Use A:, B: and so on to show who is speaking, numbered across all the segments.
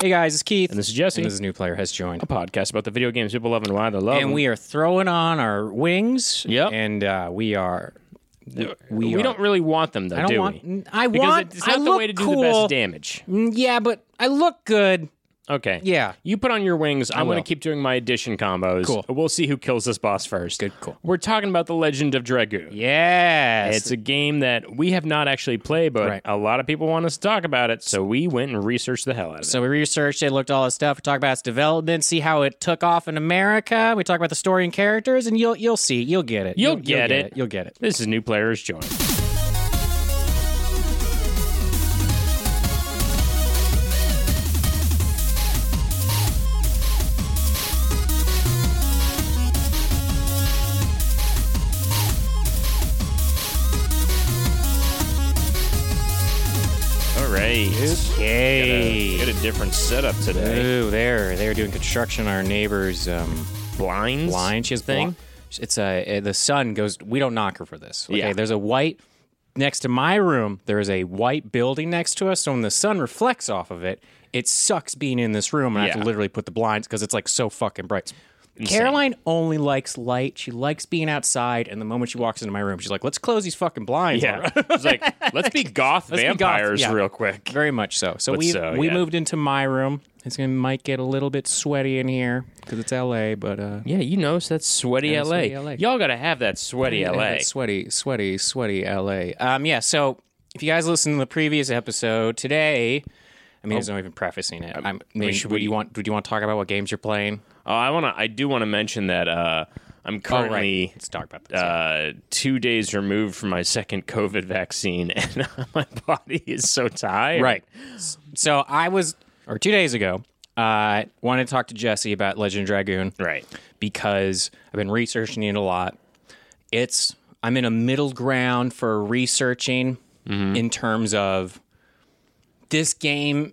A: Hey guys, it's Keith.
B: And this is Jesse.
A: And this new player has joined.
B: a podcast about the video games people love and why they love
A: And we are throwing on our wings.
B: Yep.
A: And uh, we are.
B: we,
A: are-
B: don't really want them though,
A: I don't
B: do
A: want.
B: we?
A: I
B: Because
A: want.
B: it's not
A: I
B: the
A: look
B: way to do
A: cool.
B: the best damage.
A: Mm, Yeah, but I look good.
B: Okay.
A: Yeah.
B: You put on your wings. I'm going
A: will.
B: to keep doing my addition combos.
A: Cool.
B: We'll see who kills this boss first.
A: Good, cool.
B: We're talking about The Legend of Dragoo.
A: Yes.
B: It's a game that we have not actually played, but
A: Right.
B: a lot of people want us to talk about it, so we went and researched the hell out of it.
A: So we researched it, looked at all this stuff, we talked about its development, see how it took off in America. We talk about the story and characters, and you'll you'll see, you'll get it,
B: You'll get it.
A: you'll get it.
B: this is new players join. All right.
A: Okay.
B: Got a different setup today.
A: Ooh, there they're doing construction. on Our neighbor's um,
B: Blinds.
A: blind. She has
B: thing?
A: bli- It's a uh, the sun goes. We don't knock her for this. Okay,
B: Yeah.
A: there's a white next to my room. There is a white building next to us. So when the sun reflects off of it, it sucks being in this room, and I have
B: Yeah.
A: to literally put the blinds because it's like so fucking bright. Caroline only likes light. She likes being outside. And the moment she walks into my room, she's like, "Let's close these fucking blinds."
B: Yeah.
A: already."
B: it's like, let's be goth
A: be goth,
B: vampires
A: yeah.
B: real quick.
A: Very much so. So
B: But
A: we
B: so,
A: we
B: yeah.
A: moved into my room. It's gonna might get a little bit sweaty in here because it's LA, but uh,
B: Yeah, you notice that sweaty
A: Yeah,
B: LA.
A: sweaty LA.
B: Y'all gotta have that sweaty
A: Yeah,
B: LA.
A: that sweaty, sweaty, sweaty LA. Um, yeah. So if you guys listened to the previous episode today, I mean, there's no even prefacing it. I'm, maybe,
B: should
A: would you
B: Oh. Um, we-
A: want? Would you want to talk about what games you're playing?
B: Oh, I wanna. I do want to mention that uh,
A: All Oh,
B: I'm
A: right,
B: currently
A: let's talk about this.
B: uh, two days removed from my second COVID vaccine, and my body is so tired.
A: right. So I was, or two days ago, uh, wanted to talk to Jesse about Legend of Dragoon.
B: Right.
A: because I've been researching it a lot. It's I'm in a middle ground for researching in terms of this game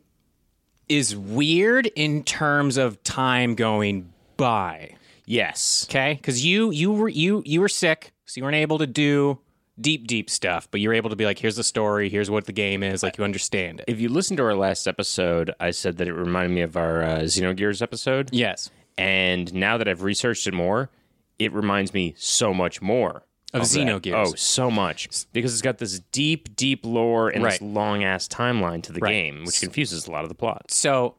A: is weird in terms of time going by.
B: Yes.
A: Okay, because you you were you you were sick, so you weren't able to do deep deep stuff, but you were able to be like, here's the story, here's what the game is, like you understand it.
B: If you listened to our last episode, I said that it reminded me of our uh, Xenogears episode.
A: Yes,
B: And now that I've researched it more, it reminds me so much more
A: Of
B: that.
A: Xenogears.
B: Oh, so much. Because it's got this deep, deep lore and this
A: Right.
B: long ass timeline to the game, which confuses a lot of the plots.
A: so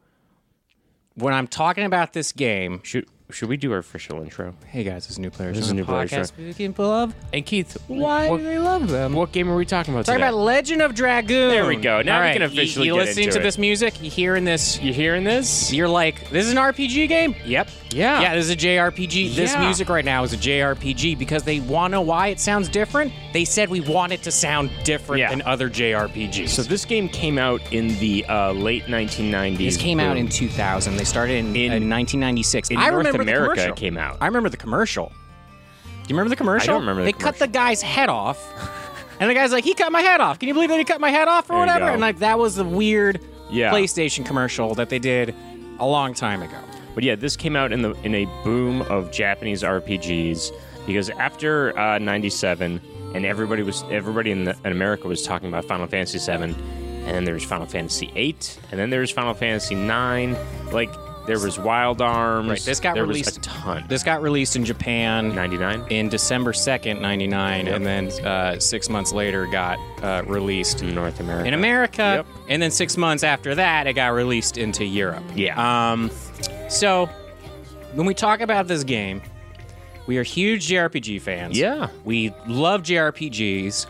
A: when I'm talking about this game,
B: Should should we do our official intro?
A: hey guys, it's new players. This
B: is New Players,
A: podcast we can pull up.
B: And Keith,
A: Why
B: what,
A: do they love them?
B: what game are we talking about
A: Talk
B: today?
A: about Legend of Dragoon. There
B: we go. Now we can officially
A: You,
B: get
A: listening
B: into
A: to
B: it.
A: this music? You hearing this?
B: you hearing this?
A: You're like, this is an RPG game. Yep.
B: Yeah.
A: Yeah. This is a JRPG. This
B: Yeah.
A: music right now is a JRPG because they wanna why it sounds different. They said we want it to sound different
B: Yeah.
A: than other JRPGs.
B: So this game came out in the uh, late 1990s.
A: this came out
B: boom.
A: in 2000. They started in, in, 1996.
B: in
A: I
B: North
A: remember the
B: America
A: commercial.
B: it came out.
A: I remember the commercial. Do you remember the commercial?
B: remember the
A: They cut
B: commercial.
A: the guy's head off, and the guy's like, "He cut my head off. Can you believe that he cut my head off or
B: There you
A: whatever?"
B: go.
A: And like that was the weird
B: Yeah.
A: PlayStation commercial that they did a long time ago.
B: But yeah, this came out in the in a boom of Japanese RPGs because after uh, '97, and everybody was everybody in, the, in America was talking about Final Fantasy VII, and then there was Final Fantasy VIII, and then there was Final Fantasy IX. Like there was Wild Arms.
A: Right, this got
B: there
A: released-
B: was a ton.
A: This got released in Japan
B: '99.
A: in December second, ninety nine, and then uh, six months later got uh, released
B: in North America.
A: in America,
B: Mm. Yep.
A: and then six months after that, it got released into Europe.
B: Yeah.
A: Um, so when we talk about this game, we are huge JRPG fans.
B: Yeah.
A: we love JRPGs.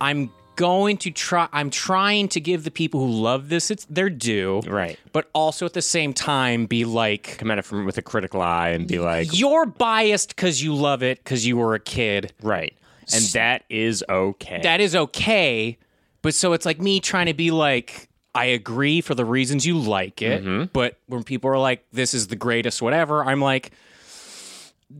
A: I'm going to try. I'm trying to give the people who love this it's their due,
B: Right.
A: But also at the same time, be like,
B: Come at it from with a critical eye and be like,
A: you're biased because you love it because you were a kid.
B: right, and that is okay.
A: that is okay. But so it's like me trying to be like, I agree for the reasons you like it. But when people are like, this is the greatest, whatever, I'm like,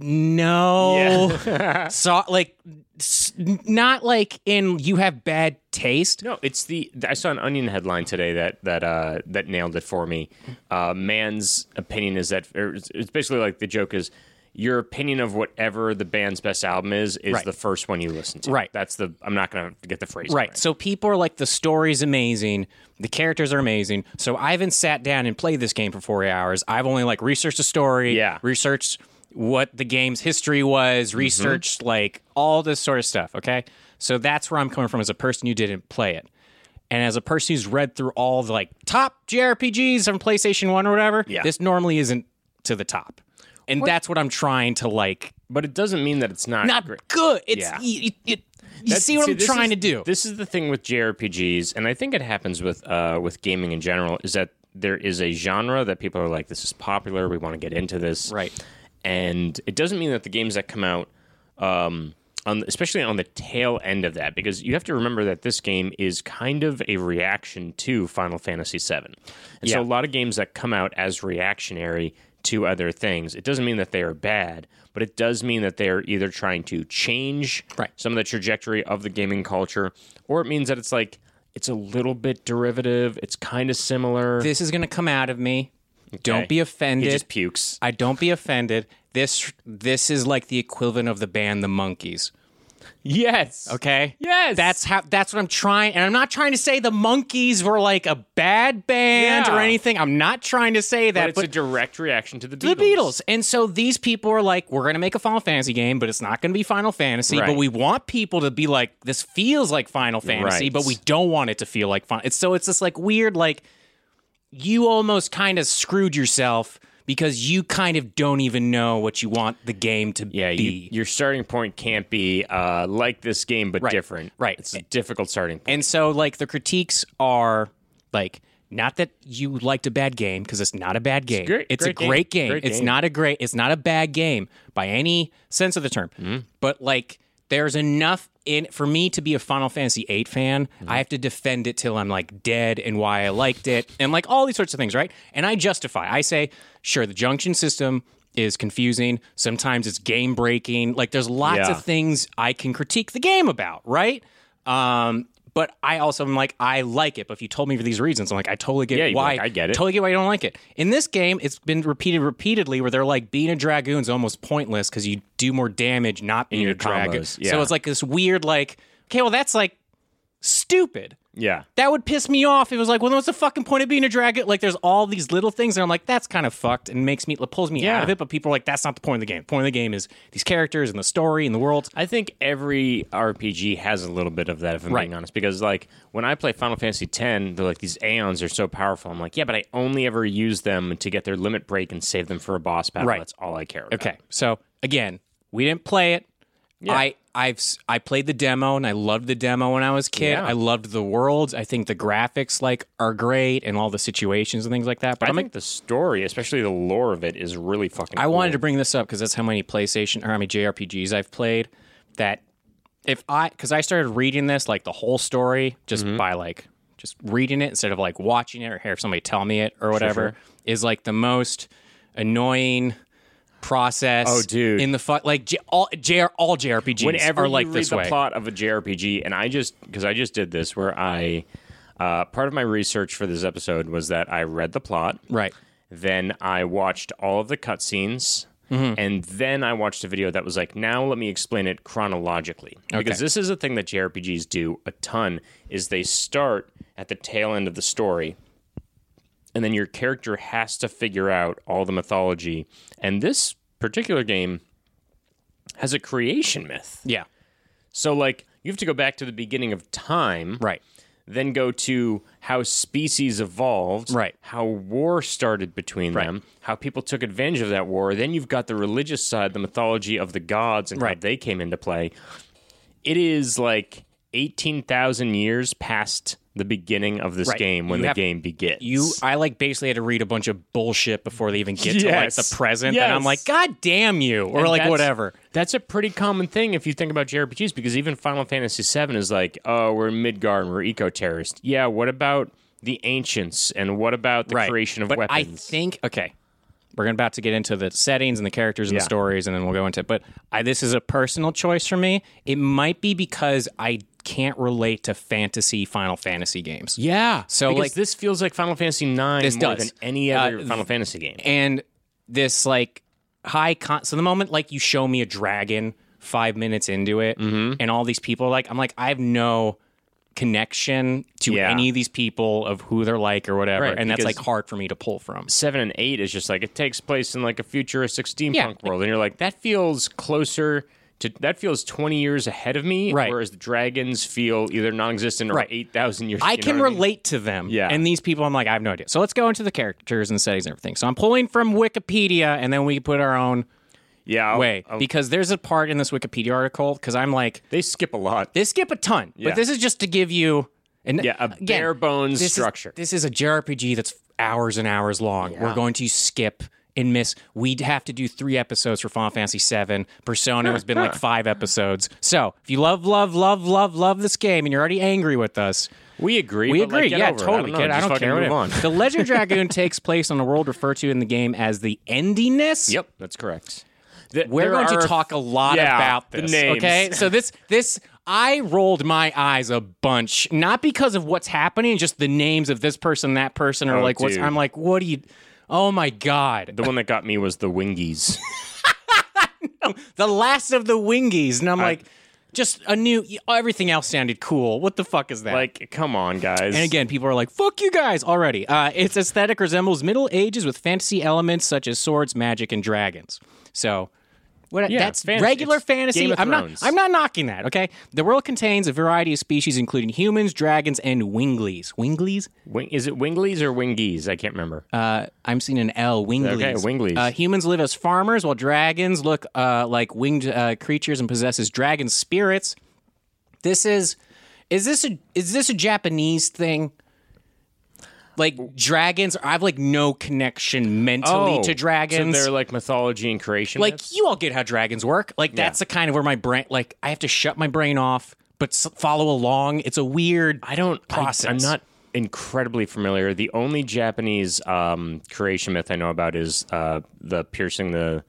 A: no. so, like, s- not like in you have bad taste.
B: No, it's the I saw an Onion headline today that that uh, that nailed it for me. Uh, man's opinion is that or it's it's basically like the joke is your opinion of whatever the band's best album is is
A: Right.
B: the first one you listen to.
A: Right.
B: That's the I'm not gonna get the phrase
A: Right. So people are like, the story's amazing, the characters are amazing. So I haven't sat down and played this game for four hours. I've only like researched the story,
B: Yeah. Mm-hmm.
A: researched what the game's history was, researched like all this sort of stuff. Okay. So that's where I'm coming from as a person who didn't play it. And as a person who's read through all the like top JRPGs on PlayStation 1 or whatever,
B: Yeah.
A: this normally isn't to the top. And that's what I'm trying to like.
B: But it doesn't mean that it's not
A: Not
B: great.
A: good. It's
B: Yeah.
A: it, it, it- you
B: That's-
A: see what I'm
B: this
A: trying
B: is-
A: to do.
B: This is the thing with JRPGs, and I think it happens with uh, with gaming in general, is that there is a genre that people are like, "This is popular. We want to get into this."
A: Right.
B: And it doesn't mean that the games that come out, um, on, especially on the tail end of that, because you have to remember that this game is kind of a reaction to Final Fantasy VII, and so a lot of games that come out as reactionary to other things, it doesn't mean that they are bad, but it does mean that they are either trying to change
A: Right.
B: some of the trajectory of the gaming culture, or it means that it's like it's a little bit derivative. It's kind of similar.
A: this is going to come out of me. Don't be
B: he
A: offended.
B: just pukes.
A: I don't be offended. This this is like the equivalent of the band the Monkeys.
B: Yes.
A: Okay?
B: Yes.
A: That's how that's what I'm trying and I'm not trying to say the Monkeys were like a bad band
B: Yeah.
A: or anything. I'm not trying to say
B: But
A: that,
B: it's
A: but,
B: a direct reaction to the
A: the
B: Beatles.
A: Beatles. And so these people are like we're going to make a Final Fantasy game, but it's not going to be Final Fantasy,
B: Right.
A: but we want people to be like this feels like Final Fantasy,
B: Right.
A: but we don't want it to feel like Final. It's so it's this like weird like you almost kind of screwed yourself because you kind of don't even know what you want the game to
B: Yeah,
A: be.
B: you, your starting point can't be uh, like this game, but different.
A: right.
B: It's a difficult starting point.
A: and so like the critiques are like not that you liked a bad game because it's not a bad game. It's,
B: great-
A: a
B: great game.
A: great game.
B: Great
A: It's
B: game.
A: not a great. It's not a bad game by any sense of the term. But like, there's enough in for me to be a Final Fantasy VIII fan. I have to defend it till I'm like dead and why I liked it and like all these sorts of things, right? And I justify. I say, sure, the junction system is confusing. Sometimes it's game breaking. Like, there's lots
B: Yeah.
A: of things I can critique the game about, right? Um, but I also am like, I like it. But if you told me for these reasons, I'm like, I totally get
B: Yeah, you'd be
A: why.
B: like, I get it.
A: Totally get why you don't like it. In this game, it's been repeated repeatedly where they're like, being a dragoon's almost pointless because you do more damage not being
B: your
A: a dragoon.
B: combos, yeah.
A: So it's like this weird, like, okay, well, that's like stupid.
B: Yeah.
A: That would piss me off. It was like, well, then what's the fucking point of being a dragon? Like, there's all these little things, and I'm like, that's kind of fucked, and makes me it pulls me
B: Yeah.
A: out of it. But people are like, that's not the point of the game. The point of the game is these characters and the story and the world.
B: I think every RPG has a little bit of that, if I'm being
A: Right.
B: honest. Because like when I play Final Fantasy X, they're like these Aeons are so powerful. I'm like, yeah, but I only ever use them to get their limit break and save them for a boss battle.
A: Right.
B: That's all I care about.
A: Okay. So again, we didn't play it. I I've s- I played the demo and I loved the demo when I was a kid.
B: Yeah.
A: I loved the worlds. I think the graphics like are great and all the situations and things like that. But
B: I
A: I'm like,
B: think the story, especially the lore of it, is really fucking.
A: I wanted to bring this up because that's how many PlayStation or how many JRPGs I've played. That if I because I started reading this like the whole story just
B: Mm-hmm.
A: by like just reading it instead of like watching it or hear somebody tell me it or whatever is like the most annoying process.
B: Oh, dude.
A: in the fuck like J- all J- all JRPGs
B: whenever
A: are like
B: you
A: this
B: read
A: way.
B: the plot of a JRPG, and I just because I just did this where I uh, part of my research for this episode was that I read the plot,
A: Right.
B: Then I watched all of the cutscenes.
A: Mm-hmm.
B: And then I watched a video that was like, now let me explain it chronologically. Because this is a thing that JRPGs do a ton is they start at the tail end of the story and then your character has to figure out all the mythology. And this particular game has a creation myth.
A: Yeah.
B: So like you have to go back to the beginning of time,
A: Right.
B: Then go to how species evolved,
A: Right.
B: How war started between them, how people took advantage of that war. Then you've got the religious side, the mythology of the gods, and how
A: Right.
B: they came into play. It is like eighteen thousand years past the beginning of this
A: Right.
B: game when
A: You
B: the
A: have-
B: game begins.
A: You, I like basically had to read a bunch of bullshit before they even get to like
B: Yes.
A: the present, and I'm
B: Yes.
A: like, God damn you, or
B: And
A: like
B: that's-
A: whatever.
B: That's a pretty common thing if you think about JRPGs, because even Final Fantasy VII is like, oh, we're Midgar and we're eco terrorists. Yeah, what about the ancients and what about the
A: Right.
B: creation of
A: but
B: weapons?
A: I think okay, we're gonna about to get into the settings and the characters and
B: Yeah.
A: the stories, and then we'll go into it. But I, this is a personal choice for me. It might be because I can't relate to fantasy Final Fantasy games,
B: yeah.
A: So,
B: because
A: like-
B: this feels like Final Fantasy IX
A: This
B: more
A: does.
B: than any other
A: Uh,
B: Final Fantasy game.
A: and this like high con. So the moment like you show me a dragon five minutes into it,
B: Mm-hmm.
A: and all these people are like, I'm like, I have no connection to
B: Yeah.
A: any of these people of who they're like or whatever,
B: Right,
A: and that's
B: because-
A: like hard for me to pull from.
B: seven and eight is just like it takes place in like a futuristic steampunk
A: Yeah.
B: world, and you're like that feels closer to that feels twenty years ahead of me,
A: Right.
B: Whereas the dragons feel either non-existent or
A: Right.
B: eight thousand years.
A: I
B: you know
A: can
B: what mean?
A: relate to them.
B: Yeah.
A: And these people, I'm like, I have no idea. So let's go into the characters and settings and everything. So I'm pulling from Wikipedia and then we put our own
B: Yeah, I'll-
A: way
B: I'll-
A: because there's a part in this Wikipedia article because I'm like,
B: they skip a lot.
A: they skip a ton,
B: Yeah.
A: but this is just to give you an
B: Yeah, a
A: again,
B: bare bones
A: this is-
B: structure.
A: this is a JRPG that's hours and hours long. We're going to skip and miss. We'd have to do three episodes for Final Fantasy VII. Persona has been like five episodes. So if you love, love, love, love, love this game and you're already angry with us,
B: we agree.
A: we
B: but, like,
A: agree.
B: get
A: yeah,
B: over it.
A: totally.
B: I don't, know,
A: Kid, I
B: just
A: don't
B: fucking
A: care.
B: Move
A: whatever.
B: on.
A: The Legend Dragoon takes place on a world referred to in the game as the Endiness.
B: Yep, that's correct. Th-
A: We're
B: there
A: going
B: are
A: to
B: a
A: talk a lot
B: yeah,
A: about
B: the
A: this.
B: names.
A: Okay. So this this I rolled my eyes a bunch, not because of what's happening, just the names of this person, that person, or
B: Oh,
A: like what's
B: dude.
A: I'm like, what do you Oh my god.
B: The one that got me was the Wingies.
A: The last of the wingies. And I'm like, just a new everything else sounded cool. What the fuck is that?
B: like, come on, guys.
A: And again, people are like, fuck you guys already. Uh, its aesthetic resembles Middle Ages with fantasy elements such as swords, magic, and dragons. So. What,
B: Yeah,
A: that's
B: fantasy-
A: regular
B: it's Game
A: fantasy.
B: of
A: I'm not.
B: Thrones.
A: I'm not knocking that. Okay. The world contains a variety of species, including humans, dragons, and winglies. Winglies.
B: Wing- is it Winglies or Wingies? I can't remember.
A: Uh, I'm seeing an L. Winglies.
B: Okay, winglies.
A: Uh, humans live as farmers, while dragons look uh, like winged uh, creatures and possesses dragon spirits. This is is this a is this a Japanese thing? Like dragons, I have like no connection mentally to dragons.
B: Oh, So they're like mythology and creation.
A: like
B: myths?
A: you all get how dragons work. Like that's the kind of where my brain, like I have to shut my brain off, but s- follow along. It's a weird.
B: I don't I-
A: process.
B: I'm not incredibly familiar. The only Japanese um, creation myth I know about is uh, the piercing the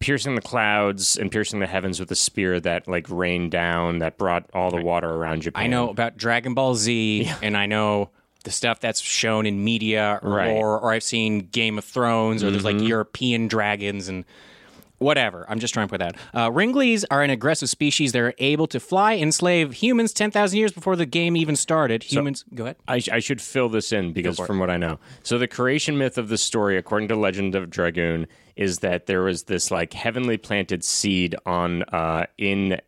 B: piercing the clouds and piercing the heavens with a spear that like rained down that brought all the water around Japan.
A: I know about Dragon Ball Z, and I know the stuff that's shown in media or
B: Right.
A: lore, or I've seen Game of Thrones, or there's like European dragons and whatever. I'm just trying to put that. Uh, Ringlies are an aggressive species. They're able to fly, enslave humans 10,000 years before the game even started. Humans, go ahead.
B: I, sh- I should fill this in because from what I know. So the creation myth of the story, according to Legend of Dragoon, is that there was this like heavenly planted seed on uh in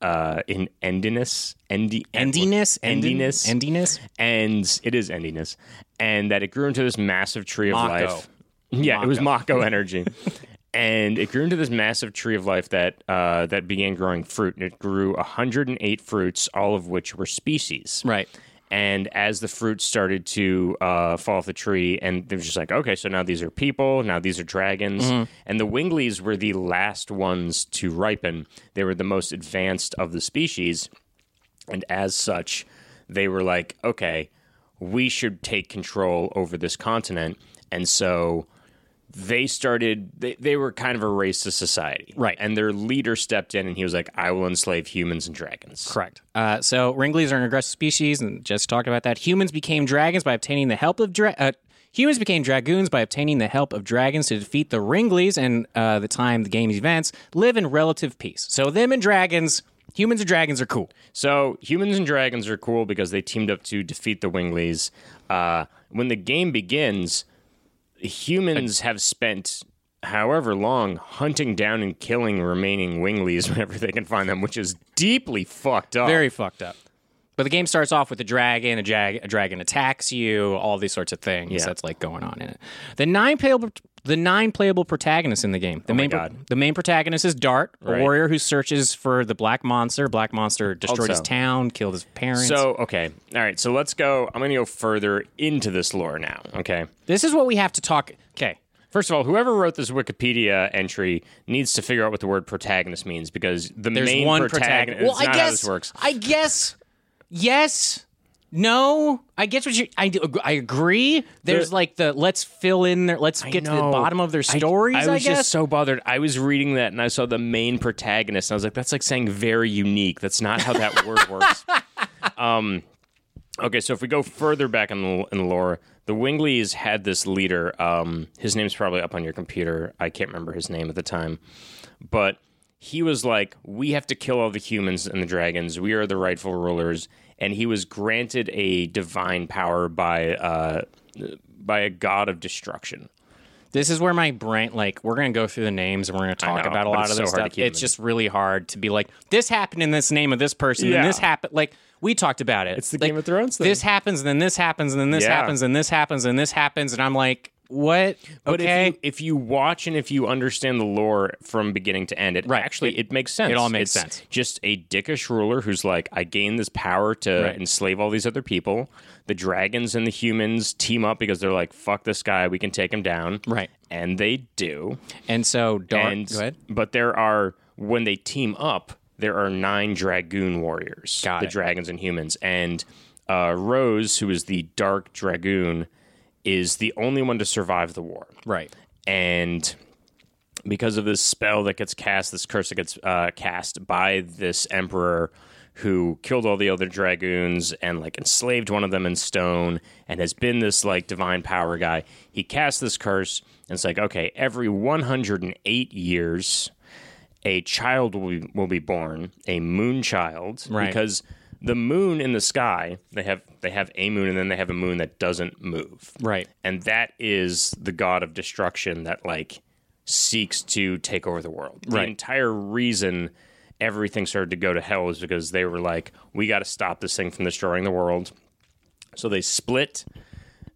B: uh in Endinus, Endi,
A: Endiness? Endin-
B: Endinus,
A: Endiness?
B: and it is endiness, and that it grew into this massive tree of
A: Mako.
B: life. Yeah, it was Mako energy, and it grew into this massive tree of life that uh, that began growing fruit, and it grew 108 fruits, all of which were species.
A: Right.
B: And as the fruit started to uh, fall off the tree, and they were just like, okay, so now these are people, now these are dragons. And the winglies were the last ones to ripen. They were the most advanced of the species. And as such, they were like, okay, we should take control over this continent. And so they started, they, they were kind of a racist society.
A: Right.
B: And their leader stepped in and he was like, I will enslave humans and dragons.
A: Correct. Uh, so Ringleys are an aggressive species, and Jess talked about that. Humans became dragons by obtaining the help of dra- uh, humans became dragoons by obtaining the help of dragons to defeat the Ringleys. And uh, the time the game's events live in relative peace. So them and dragons, humans and dragons are cool.
B: So humans and dragons are cool because they teamed up to defeat the Winglies. Uh, when the game begins, humans have spent however long hunting down and killing remaining Winglies whenever they can find them, which is deeply fucked up.
A: Very fucked up. But the game starts off with a dragon. A, jag- a dragon attacks you. All these sorts of things that's like going on in it. The nine playable, the nine playable protagonists in the game. The main, pro-
B: Oh God.
A: the main protagonist is Dart, a warrior who searches for the black monster. Black monster destroyed his
B: Also-
A: town, killed his parents.
B: so okay, all right. So let's go. I'm going to go further into this lore now. Okay.
A: this is what we have to talk. Okay,
B: First of all, whoever wrote this Wikipedia entry needs to figure out what the word protagonist means because the
A: there's
B: main
A: one
B: protagonist.
A: protagonist. Well,
B: it's
A: I
B: not
A: guess
B: how this works.
A: I guess yes. No, I guess what you. I do. I agree. There's like the let's fill in their. Let's get to the
B: know.
A: bottom of their stories. I,
B: I, was
A: guess.
B: just so bothered. I was reading that and I saw the main protagonist. And I was like, that's like saying very unique. That's not how that word works. Um, Okay, so if we go further back in the, in the lore, the Winglies had this leader. Um, his name's probably up on your computer. I can't remember his name at the time. But he was like, We have to kill all the humans and the dragons. We are the rightful rulers. And he was granted a divine power by, uh, by a god of destruction.
A: This is where my brain, like, we're gonna go through the names and we're gonna talk
B: know,
A: about a
B: but
A: lot
B: it's
A: of
B: so
A: this
B: hard to
A: stuff.
B: keep
A: It's
B: them in.
A: just really hard to be like, this happened in this name of this person,
B: Yeah.
A: and this happened. Like, we talked about it.
B: It's the
A: Like,
B: Game of Thrones thing.
A: This happens, and then this happens, and then this
B: Yeah.
A: happens, and this happens, and this happens, and I'm like, what?
B: But
A: okay,
B: if you if you watch and if you understand the lore from beginning to end, it
A: Right.
B: actually it, makes sense.
A: it all makes
B: It's
A: sense.
B: Just a dickish ruler who's like, I gain this power to
A: Right.
B: enslave all these other people. The dragons and the humans team up because they're like, fuck this guy, we can take him down.
A: Right.
B: And they do.
A: and so dark.
B: And
A: go ahead.
B: but there are when they team up, there are nine dragoon warriors.
A: Got
B: the
A: it.
B: dragons and humans. And uh, Rose, who is the dark dragoon, is the only one to survive the war
A: Right.
B: and because of this spell that gets cast, this curse that gets uh, cast by this emperor who killed all the other dragoons and like enslaved one of them in stone and has been this like divine power guy, he casts this curse and it's like, okay, every 108 years, a child will be, will be born, a moon child,
A: Right.
B: because the moon in the sky, they have they have a moon and then they have a moon that doesn't move
A: Right.
B: and that is the god of destruction that like seeks to take over the world.
A: Right.
B: The entire reason everything started to go to hell is because they were like, we got to stop this thing from destroying the world. So they split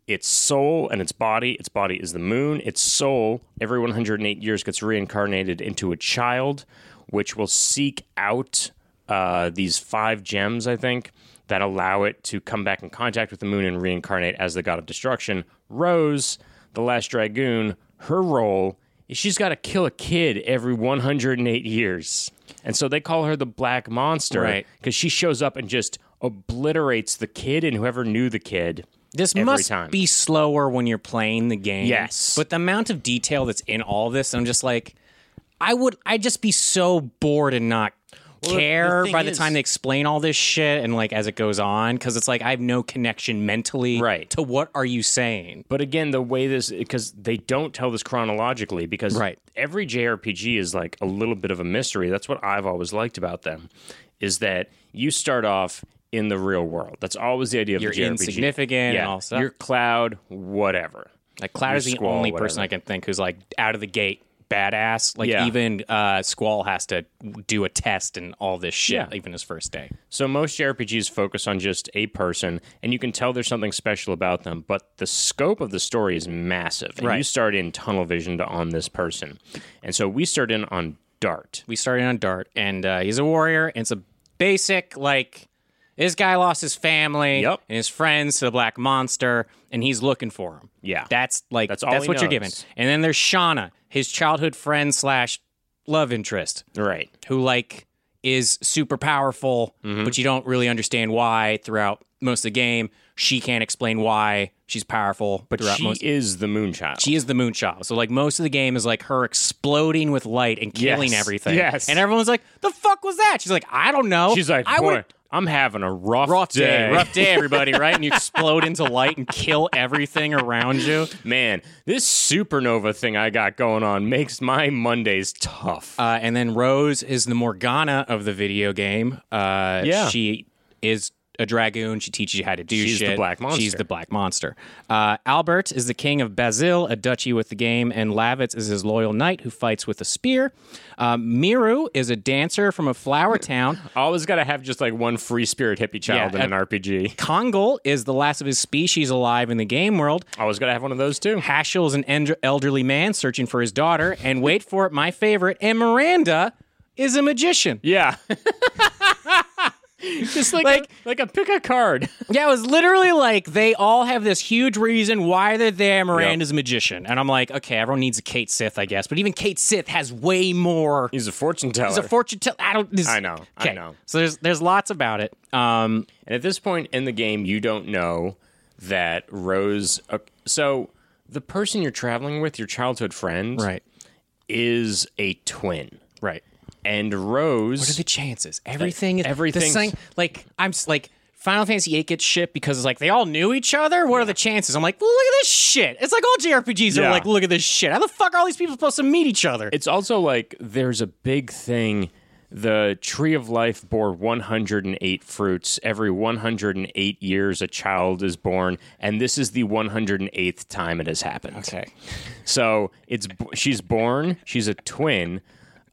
B: its soul and its body. Its body is the moon. Its soul, every 108 years, gets reincarnated into a child, which will seek out uh, these five gems, I think, that allow it to come back in contact with the moon and reincarnate as the god of destruction. Rose, the last dragoon, her role is she's got to kill a kid every 108 years. And so they call her the Black Monster
A: Right.
B: because she shows up and just obliterates the kid and whoever knew the kid.
A: This
B: every
A: must
B: time.
A: be slower when you're playing the game.
B: Yes.
A: But the amount of detail that's in all this, I'm just like, I would, I'd just be so bored and not
B: the
A: care
B: thing
A: by the
B: is-
A: time they explain all this shit and like as it goes on, because it's like I have no connection mentally
B: Right.
A: to what are you saying.
B: But again, the way this because they don't tell this chronologically because
A: Right.
B: every JRPG is like a little bit of a mystery. That's what I've always liked about them is that you start off in the real world. That's always the idea of
A: You're
B: the JRPG.
A: insignificant and all stuff.
B: You're cloud, whatever.
A: Like Cloud is the
B: Squall,
A: only
B: whatever.
A: person I can think who's like out of the gate badass. Like
B: Yeah.
A: even uh, Squall has to do a test and all this shit,
B: Yeah.
A: even his first day.
B: So most JRPGs focus on just a person, and you can tell there's something special about them. But the scope of the story is massive. And
A: Right.
B: You start in tunnel vision to on this person, and so we start in on Dart.
A: we started on Dart, and uh, he's a warrior. And it's a basic like this guy lost his family
B: Yep.
A: and his friends to the black monster, and he's looking for him.
B: Yeah.
A: that's like
B: That's
A: that's,
B: all he
A: what you're
B: knows.
A: given. And then there's Shauna, his childhood friend slash love interest,
B: Right.
A: who like is super powerful,
B: Mm-hmm.
A: but you don't really understand why throughout most of the game. She can't explain why she's powerful, but throughout
B: She
A: most.
B: is the Moonchild.
A: She is the moonchild. So like most of the game is like her exploding with light and killing
B: Yes.
A: everything.
B: Yes.
A: And everyone's like, the fuck was that? She's like, I don't know.
B: She's like,
A: I
B: boy,
A: would
B: I'm having a rough,
A: rough day.
B: day.
A: Rough day, everybody, right? And you explode into light and kill everything around you.
B: Man, this supernova thing I got going on makes my Mondays tough.
A: Uh, and then Rose is the Morgana of the video game. Uh,
B: Yeah.
A: She is a dragoon. She teaches you how to do
B: She's the
A: shit.
B: black
A: She's
B: monster.
A: the black monster. Uh, Albert is the king of Basile, a duchy with the game, and Lavitz is his loyal knight who fights with a spear. Uh, Miru is a dancer from a flower town.
B: Always got to have just like one free spirit hippie child
A: Yeah,
B: in an RPG.
A: Kongol is the last of his species alive in the game world.
B: Always got to have one of those too.
A: Hashel is an end- elderly man searching for his daughter. And wait for it, my favorite. And Miranda is a magician.
B: Yeah. just like like, a, like a pick a card.
A: Yeah, it was literally like they all have this huge reason why they're there. Miranda's a magician. And I'm like, okay, everyone needs a Kate Sith, I guess. But even Kate Sith has way more.
B: He's a fortune teller.
A: He's a fortune teller. I don't. This,
B: I know, I
A: okay.
B: know.
A: So there's there's lots about it. Um,
B: And at this point in the game, you don't know that Rose. Uh, so the person you're traveling with, your childhood friend,
A: right,
B: is a twin.
A: right.
B: And
A: What are
B: Rose,
A: the chances? Everything. is This
B: everything's-
A: thing, like I'm s- like Final Fantasy VIII gets shit because it's like they all knew each other. What are the chances? I'm like, well, look at this shit. It's like all JRPGs
B: Yeah.
A: are like, look at this shit. How the fuck are all these people supposed to meet each other?
B: It's also like there's a big thing. The tree of life bore 108 fruits. Every 108 years, a child is born, and this is the 108th time it has happened.
A: okay.
B: So it's she's born. She's a twin.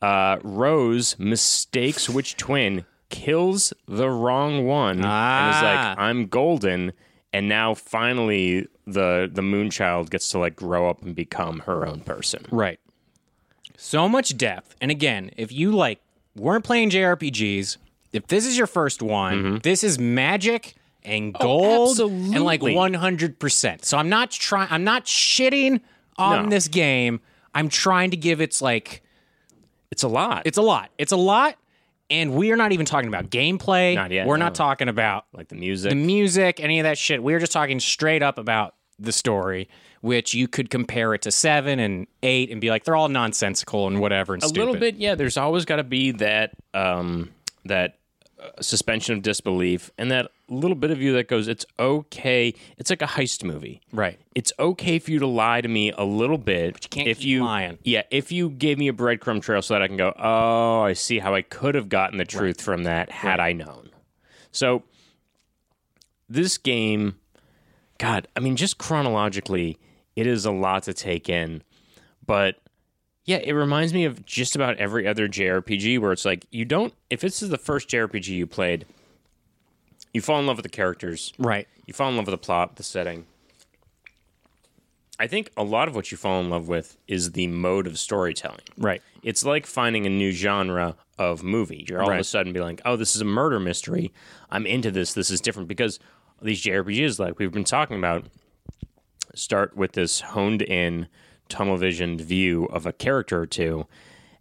B: Uh, Rose mistakes which twin kills the wrong one and
A: Ah.
B: is like, "I'm golden." And now finally, the the moon child gets to like grow up and become her own person.
A: Right. So much depth. And again, if you like weren't playing JRPGs, if this is your first one,
B: Mm-hmm.
A: this is magic and gold and like
B: absolutely.
A: 100%. So I'm not trying I'm not shitting on
B: No.
A: this game. I'm trying to give its like
B: It's a lot.
A: it's a lot. It's a lot and we are not even talking about gameplay.
B: Not yet,
A: We're
B: no.
A: not talking about
B: like the music.
A: the music, any of that shit. We were just talking straight up about the story, which you could compare it to seven and eight and be like, they're all nonsensical and whatever and
B: a
A: stupid.
B: little bit yeah there's always got to be that um that uh, suspension of disbelief and that little bit of you that goes it's okay it's like a heist movie
A: Right.
B: it's okay for you to lie to me a little bit but you
A: can't
B: if
A: keep
B: you
A: lying.
B: yeah if you gave me a breadcrumb trail so that i can go oh i see how i could have gotten the truth from that had i known so this game god i mean just chronologically it is a lot to take in but yeah, it reminds me of just about every other JRPG where it's like you don't if this is the first JRPG you played, you fall in love with the characters,
A: Right.
B: you fall in love with the plot, the setting. I think a lot of what you fall in love with is the mode of storytelling.
A: Right.
B: It's like finding a new genre of movie. You're all of a
A: Right.
B: sudden be like, "Oh, this is a murder mystery. I'm into this. This is different." Because these JRPGs like we've been talking about start with this honed in tunnel visioned view of a character or two.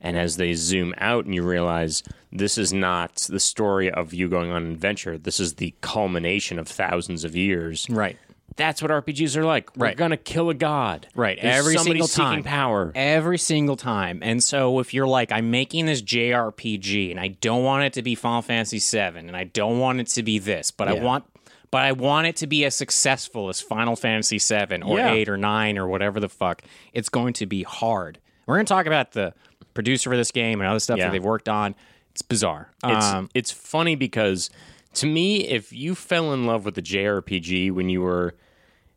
B: And as they zoom out and you realize this is not the story of you going on an adventure, this is the culmination of thousands of years.
A: Right.
B: That's what RPGs are like. We're
A: Mm. Right.
B: gonna kill a god.
A: Right.
B: There's
A: Every
B: somebody
A: single
B: seeking
A: time.
B: power.
A: Every single time. And so if you're like, I'm making this JRPG and I don't want it to be Final Fantasy VII and I don't want it to be this, but I
B: Yeah.
A: want but I want it to be as successful as Final Fantasy VII or
B: Yeah.
A: eight or nine or whatever the fuck, it's going to be hard. We're gonna talk about the producer for this game and other stuff
B: Yeah.
A: that they've worked on. It's bizarre.
B: It's
A: um,
B: it's funny because to me, if you fell in love with the JRPG when you were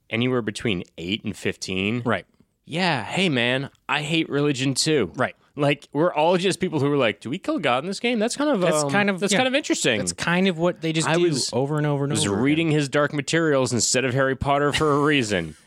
B: anywhere between eight and fifteen,
A: right.
B: yeah, hey man, I hate religion too.
A: Right.
B: Like we're all just people who were like, do we kill God in this game? That's kind of
A: That's
B: um,
A: kind of-
B: that's
A: yeah.
B: kind of interesting.
A: It's kind of what they just
B: I
A: do
B: was-
A: over and over and
B: was
A: over. again.
B: reading his dark materials instead of Harry Potter for a reason.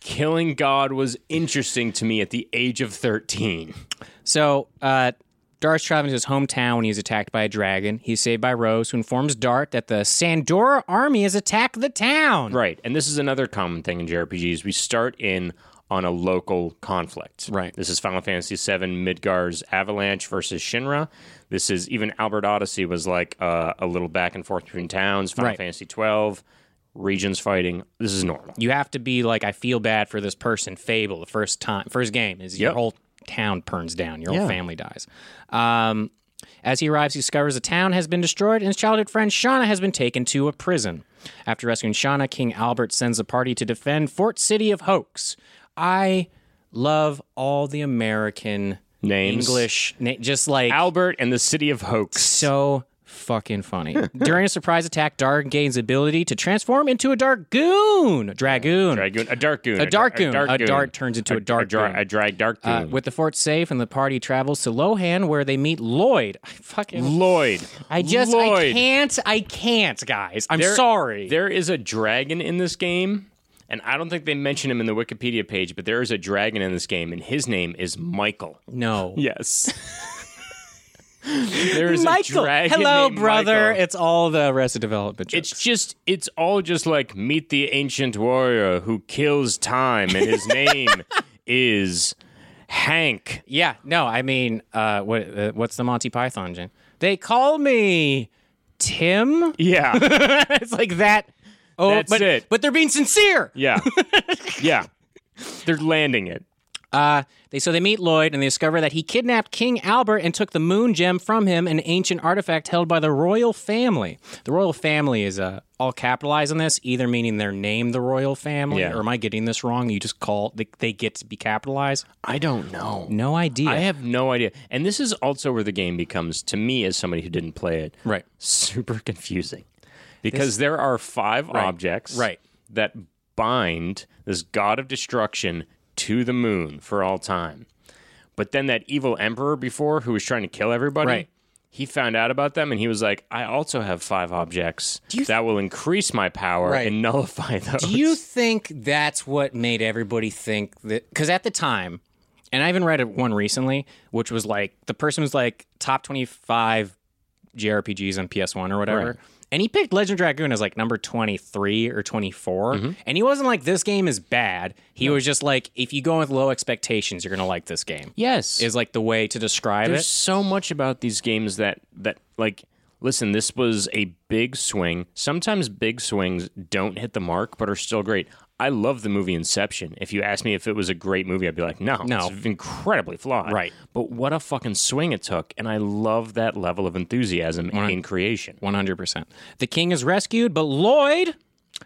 B: Killing God was interesting to me at the age of thirteen.
A: So, uh, Dart's traveling to his hometown when he is attacked by a dragon. He's saved by Rose, who informs Dart that the Sandora army has attacked the town.
B: Right. And this is another common thing in JRPGs. We start in on a local conflict.
A: Right.
B: This is Final Fantasy VII Midgar's Avalanche versus Shinra. This is even Albert Odyssey was like uh, a little back and forth between towns. Final
A: Right.
B: Fantasy twelve, regions fighting. This is normal.
A: You have to be like, I feel bad for this person. Fable, the first time, first game is your
B: Yep.
A: whole town burns down, your whole family dies. Um, as he arrives, he discovers the town has been destroyed and his childhood friend Shauna has been taken to a prison. After rescuing Shauna, King Albert sends a party to defend Fort City of Hoax. I love all the American
B: Names.
A: English, na- just like
B: Albert and the City of Hoax.
A: so fucking funny. During a surprise attack, Dark gains ability to transform into a dark goon, dragoon.
B: Dragoon, a dark goon. A
A: dark
B: dra-
A: goon. A dart turns into a dark
B: dra-
A: goon.
B: A drag dark goon.
A: Uh, with the fort safe, and the party travels to Lohan, where they meet Lloyd. I fucking,
B: Lloyd.
A: I just,
B: Lloyd.
A: I can't, I can't, guys. I'm
B: There-
A: sorry.
B: There is a dragon in this game, and I don't think they mention him in the Wikipedia page, but there is a dragon in this game, and his name is Michael.
A: no.
B: Yes. there is a
A: Michael,
B: dragon.
A: hello,
B: named
A: brother.
B: Michael.
A: It's all the Arrested Development. Jokes.
B: It's just, it's all just like meet the ancient warrior who kills time, and his name is Hank.
A: yeah, no, I mean, uh, what, uh, what's the Monty Python? Jen? They call me Tim.
B: Yeah.
A: it's like that. Oh,
B: That's
A: but,
B: it.
A: But they're being sincere.
B: Yeah. yeah. They're landing it.
A: Uh, they so they meet Lloyd and they discover that he kidnapped King Albert and took the moon gem from him, an ancient artifact held by the royal family. The royal family is uh, all capitalized on this, either meaning their name, the royal family,
B: Yeah.
A: or am I getting this wrong? You just call they, they get to be capitalized.
B: I don't know.
A: No idea.
B: I have no idea. And this is also where the game becomes, to me, as somebody who didn't play it,
A: Right.
B: super confusing. Because there are five objects
A: right.
B: that bind this god of destruction to the moon for all time. But then that evil emperor before who was trying to kill everybody,
A: Right.
B: he found out about them and he was like, I also have five objects that will increase my power
A: Right.
B: and nullify those.
A: Do you think that's what made everybody think that? Because at the time, and I even read it one recently, which was like the person was like top 25 JRPGs on PS1 or whatever. And he picked Legend of Dragoon as like number 23 or 24.
B: Mm-hmm.
A: And he wasn't like, this game is bad. He was just like, if you go with low expectations, you're going to like this game,
B: yes.
A: is like the way to describe
B: There's
A: it.
B: so much about these games that that like listen, this was a big swing. Sometimes big swings don't hit the mark but are still great. I love the movie Inception. If you asked me if it was a great movie, I'd be like, no,
A: No.
B: it's incredibly flawed.
A: Right.
B: But what a fucking swing it took. And I love that level of enthusiasm in creation.
A: 100%. The king is rescued, but Lloyd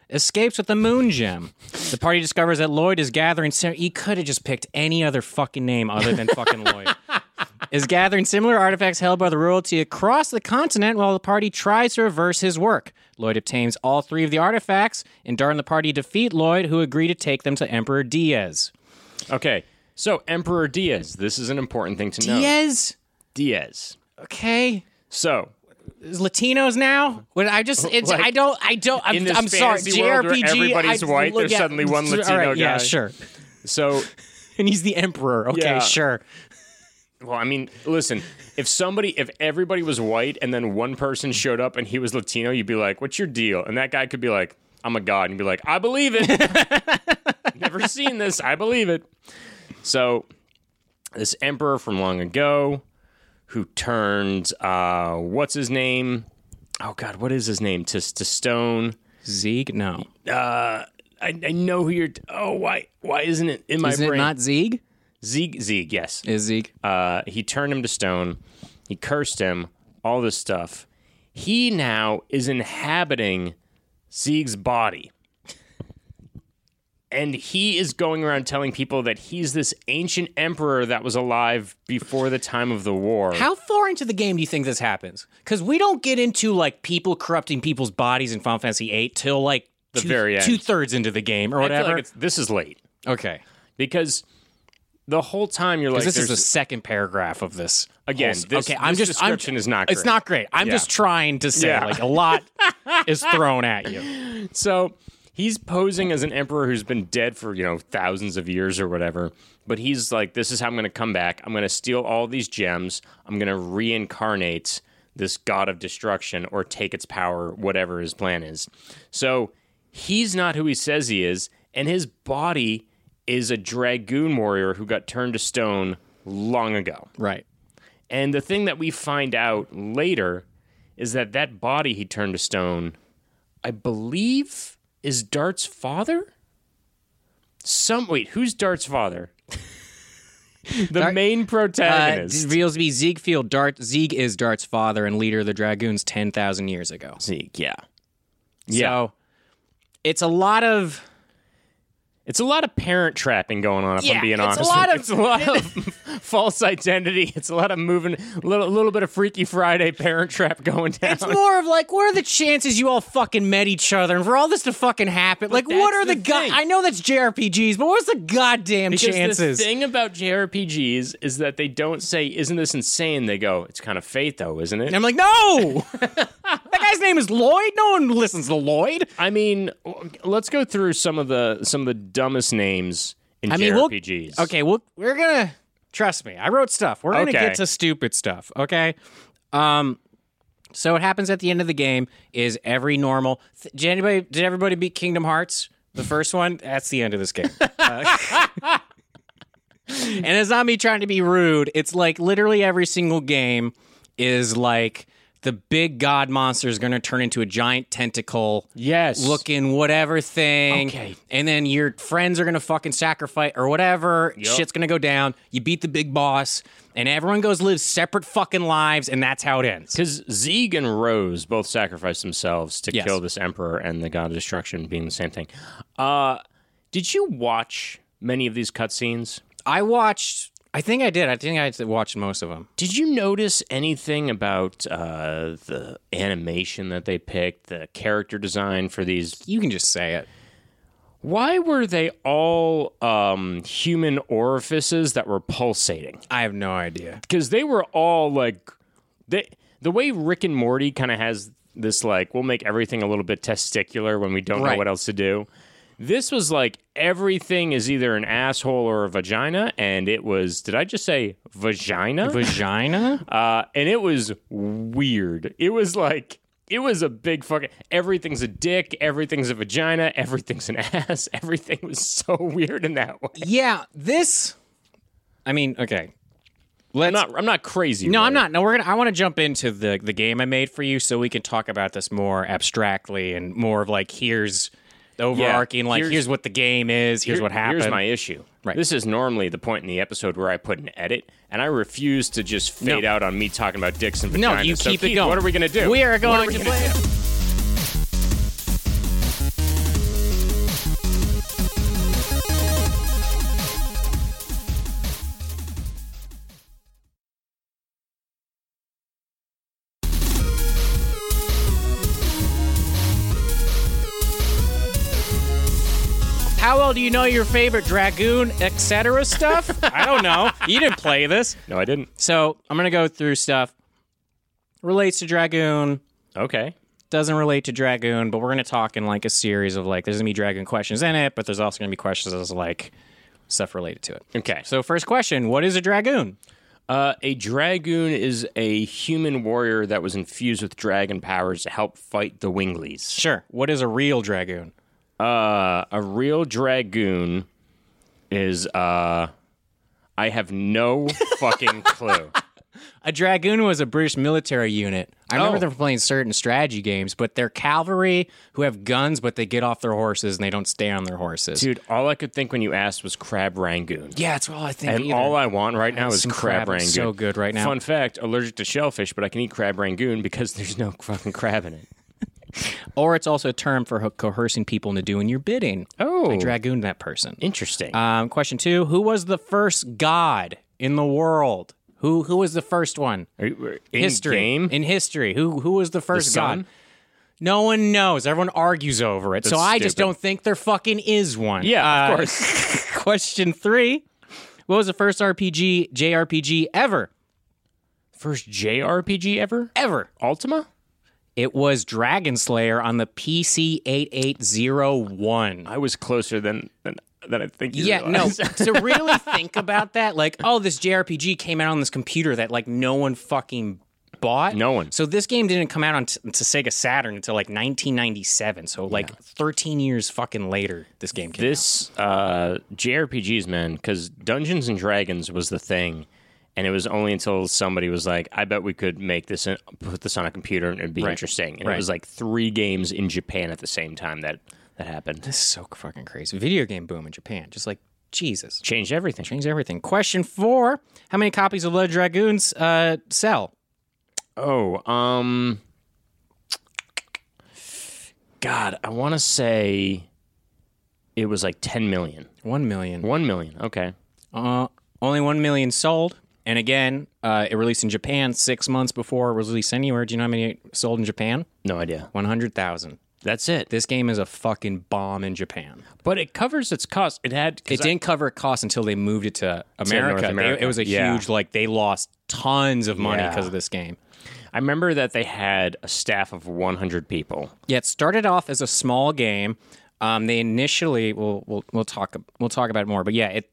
A: escapes with the moon gem. The party discovers that Lloyd is gathering. Sim- he could have just picked any other fucking name other than fucking Lloyd. Is gathering similar artifacts held by the royalty across the continent while the party tries to reverse his work. Lloyd obtains all three of the artifacts, and Dar and the party defeat Lloyd, who agree to take them to Emperor Diaz.
B: Okay. So Emperor Diaz, this is an important thing to know.
A: Diaz?
B: Diaz.
A: Okay.
B: So
A: Is Latinos now? When I just, it's,
B: Like,
A: I don't, I don't, I'm,
B: in this
A: I'm sorry.
B: fantasy world where
A: JRPG.
B: everybody's
A: I
B: white,
A: look
B: there's
A: at-
B: suddenly one
A: All right,
B: Latino
A: Yeah,
B: guy.
A: sure.
B: so
A: And he's the emperor. Okay,
B: Yeah.
A: sure.
B: Well, I mean, listen, if somebody, if everybody was white and then one person showed up and he was Latino, you'd be like, what's your deal? And that guy could be like, I'm a god. And you'd be like, I believe it. Never seen this. I believe it. So, this emperor from long ago who turned, uh, what's his name? Oh, God, what is his name? To, to stone.
A: Zeeg? No.
B: I, I know who you're. oh, why why isn't it in my
A: Is it
B: brain?
A: not Zeeg?
B: Zeke, Zeke, yes.
A: Is Zeeg?
B: Uh, he turned him to stone. He cursed him. All this stuff. He now is inhabiting Zeke's body. And he is going around telling people that he's this ancient emperor that was alive before the time of the war.
A: How far into the game do you think this happens? Because we don't get into like people corrupting people's bodies in Final Fantasy VIII till like the
B: very end.
A: two thirds into the game or
B: I feel like
A: whatever.
B: it's- this is late
A: okay.
B: because the whole time you're like,
A: This is
B: there's-
A: the second paragraph of this.
B: Again,
A: whole-
B: this- this description is not
A: It's
B: great.
A: not great. I'm just trying to say
B: Yeah.
A: like a lot is thrown at you.
B: So he's posing as an emperor who's been dead for, you know, thousands of years or whatever. But he's like, this is how I'm going to come back. I'm going to steal all these gems. I'm going to reincarnate this god of destruction or take its power, whatever his plan is. So he's not who he says he is. And his body is a dragoon warrior who got turned to stone long ago.
A: Right.
B: And the thing that we find out later is that that body he turned to stone, I believe, is Dart's father. Some wait, who's Dart's father? the main
A: Uh,
B: protagonist,
A: reveals to be Ziegfeld. Dart Zeeg is Dart's father and leader of the Dragoons ten thousand years ago.
B: Zeke. Yeah,
A: So it's a lot of
B: it's a lot of parent trapping going on. If
A: Yeah,
B: I'm being
A: it's a
B: honest,
A: lot of-
B: it's a lot of false identity. It's a lot of moving, a little, little bit of Freaky Friday parent trap going down.
A: it's more of like what are the chances you all fucking met each other and for all this to fucking happen? like what
B: that's
A: are the,
B: the
A: go-
B: thing.
A: I know that's JRPGs, but what's the goddamn
B: Because
A: chances?
B: The thing about JRPGs is that they don't say, "Isn't this insane?" They go, "It's kind of fate, though, isn't it?"
A: and I'm like, no. that guy's name is Lloyd. No one listens to Lloyd.
B: I mean, w- let's go through some of the some of the dumbest names in
A: I mean, we'll-
B: JRPGs.
A: Okay, well, we're gonna trust me. I wrote stuff. We're gonna
B: Okay.
A: get to stupid stuff. Okay. Um. So what happens at the end of the game is every normal. Th- did anybody? Did everybody beat Kingdom Hearts? The first one. That's the end of this game. Uh, and it's not me trying to be rude. It's like literally every single game is like the big god monster is going to turn into a giant tentacle
B: Yes.
A: looking whatever thing.
B: Okay.
A: And then your friends are gonna fucking sacrifice or whatever. Shit's gonna go down. You beat the big boss, and everyone goes live separate fucking lives, and that's how it ends.
B: Because Zeeg and Rose both sacrificed themselves to
A: Yes.
B: kill this emperor and the god of destruction being the same thing. Uh, did you watch many of these cutscenes?
A: I watched. I think I did. I think I watched most of them.
B: Did you notice anything about uh, the animation that they picked, the character design for these?
A: You can just say it.
B: Why were they all um, human orifices that were pulsating?
A: I have no idea.
B: because they were all like they the way Rick and Morty kind of has this like we'll make everything a little bit testicular when we don't know
A: Right.
B: what else to do. This was like everything is either an asshole or a vagina, and it was. Did I just say vagina?
A: Vagina?
B: uh, and it was weird. It was like it was a big fucking. Everything's a dick. Everything's a vagina. Everything's an ass. Everything was so weird in that way.
A: yeah. This. I mean, okay.
B: I'm not. I'm not crazy.
A: No,
B: right?
A: I'm not. No, we're gonna. I want to jump into the the game I made for you, so we can talk about this more abstractly and more of like here's the overarching, like
B: here's-
A: here's, what the game is, here's
B: Here-
A: what happened.
B: Here's my issue.
A: Right.
B: This is normally the point in the episode where I put an edit, and I refuse to just fade
A: No.
B: out on me talking about dicks and
A: no,
B: vaginas.
A: you
B: So,
A: keep
B: Keith,
A: it going.
B: What are we gonna do?
A: We are going
B: we
A: to
B: gonna
A: play. How well do you know your favorite dragoon, etc. stuff? I don't know. You didn't play this.
B: No, I didn't.
A: So I'm gonna go through stuff. Relates to Dragoon,
B: Okay.
A: doesn't relate to Dragoon, but we're gonna talk in like a series of like there's gonna be Dragoon questions in it, but there's also gonna be questions as like stuff related to it.
B: Okay.
A: So first question, what is a Dragoon?
B: Uh, a dragoon is a human warrior that was infused with dragon powers to help fight the Winglies.
A: Sure. What is a real Dragoon?
B: Uh, a real dragoon is uh, I have no fucking clue.
A: A Dragoon was a British military unit. I remember
B: Oh.
A: them playing certain strategy games, but they're cavalry who have guns, but they get off their horses and they don't stay on their horses.
B: Dude, all I could think when you asked was crab rangoon.
A: Yeah, that's all I think.
B: And
A: either.
B: all I want right now is
A: Some
B: crab,
A: crab
B: rangoon.
A: is so good right now.
B: Fun fact: allergic to shellfish, but I can eat crab rangoon because there's no fucking crab in it.
A: or it's also a term for ho- coercing people into doing your bidding.
B: Oh.
A: I dragooned that person.
B: Interesting.
A: Um, question two: Who was the first god in the world? Who who was the first one?
B: Are you- in
A: history
B: game?
A: in history. Who who was the first
B: sun?
A: god? No one knows. Everyone argues over it. so I just
B: stupid.
A: don't think there fucking is one.
B: yeah,
A: Uh,
B: of course.
A: Question three: What was the first RPG JRPG ever?
B: First JRPG ever?
A: Ever?
B: Ultima?
A: It was Dragon Slayer on the PC eight eight zero one.
B: I was closer than than, than I think. You
A: Yeah, no.
B: realize.
A: to really think about that, like, oh, this JRPG came out on this computer that like no one fucking bought.
B: No one.
A: So this game didn't come out on t- to Sega Saturn until like 1997. So like 13 years fucking later, this game came.
B: This uh, JRPGs, man, because Dungeons and Dragons was the thing, and it was only until somebody was like, "I bet we could make this, in, put this on a computer, and it'd be interesting." And it
A: Right.
B: was like three games in Japan at the same time that that happened.
A: this is so fucking crazy. Video game boom in Japan, just like Jesus,
B: Changed everything.
A: changed everything. Question four: How many copies of Blood Dragoons uh, sell?
B: Oh, um, God, I want to say it was like ten million.
A: One million.
B: One million. Okay.
A: Uh, only one million sold. And again, uh, it released in Japan six months before it was released anywhere. Do you know how many it sold in Japan?
B: No idea.
A: 100,000.
B: That's it.
A: This game is a fucking bomb in Japan.
B: But it covers its cost. It had.
A: It didn't cover costs until they moved it to America.
B: North
A: They-
B: America.
A: it was a
B: Yeah.
A: huge, like, they lost tons of money
B: Yeah.
A: because of this game.
B: I remember that they had a staff of 100 people.
A: Yeah, it started off as a small game. Um, they initially, we'll, we'll, we'll, talk, we'll talk about it more, but yeah, it,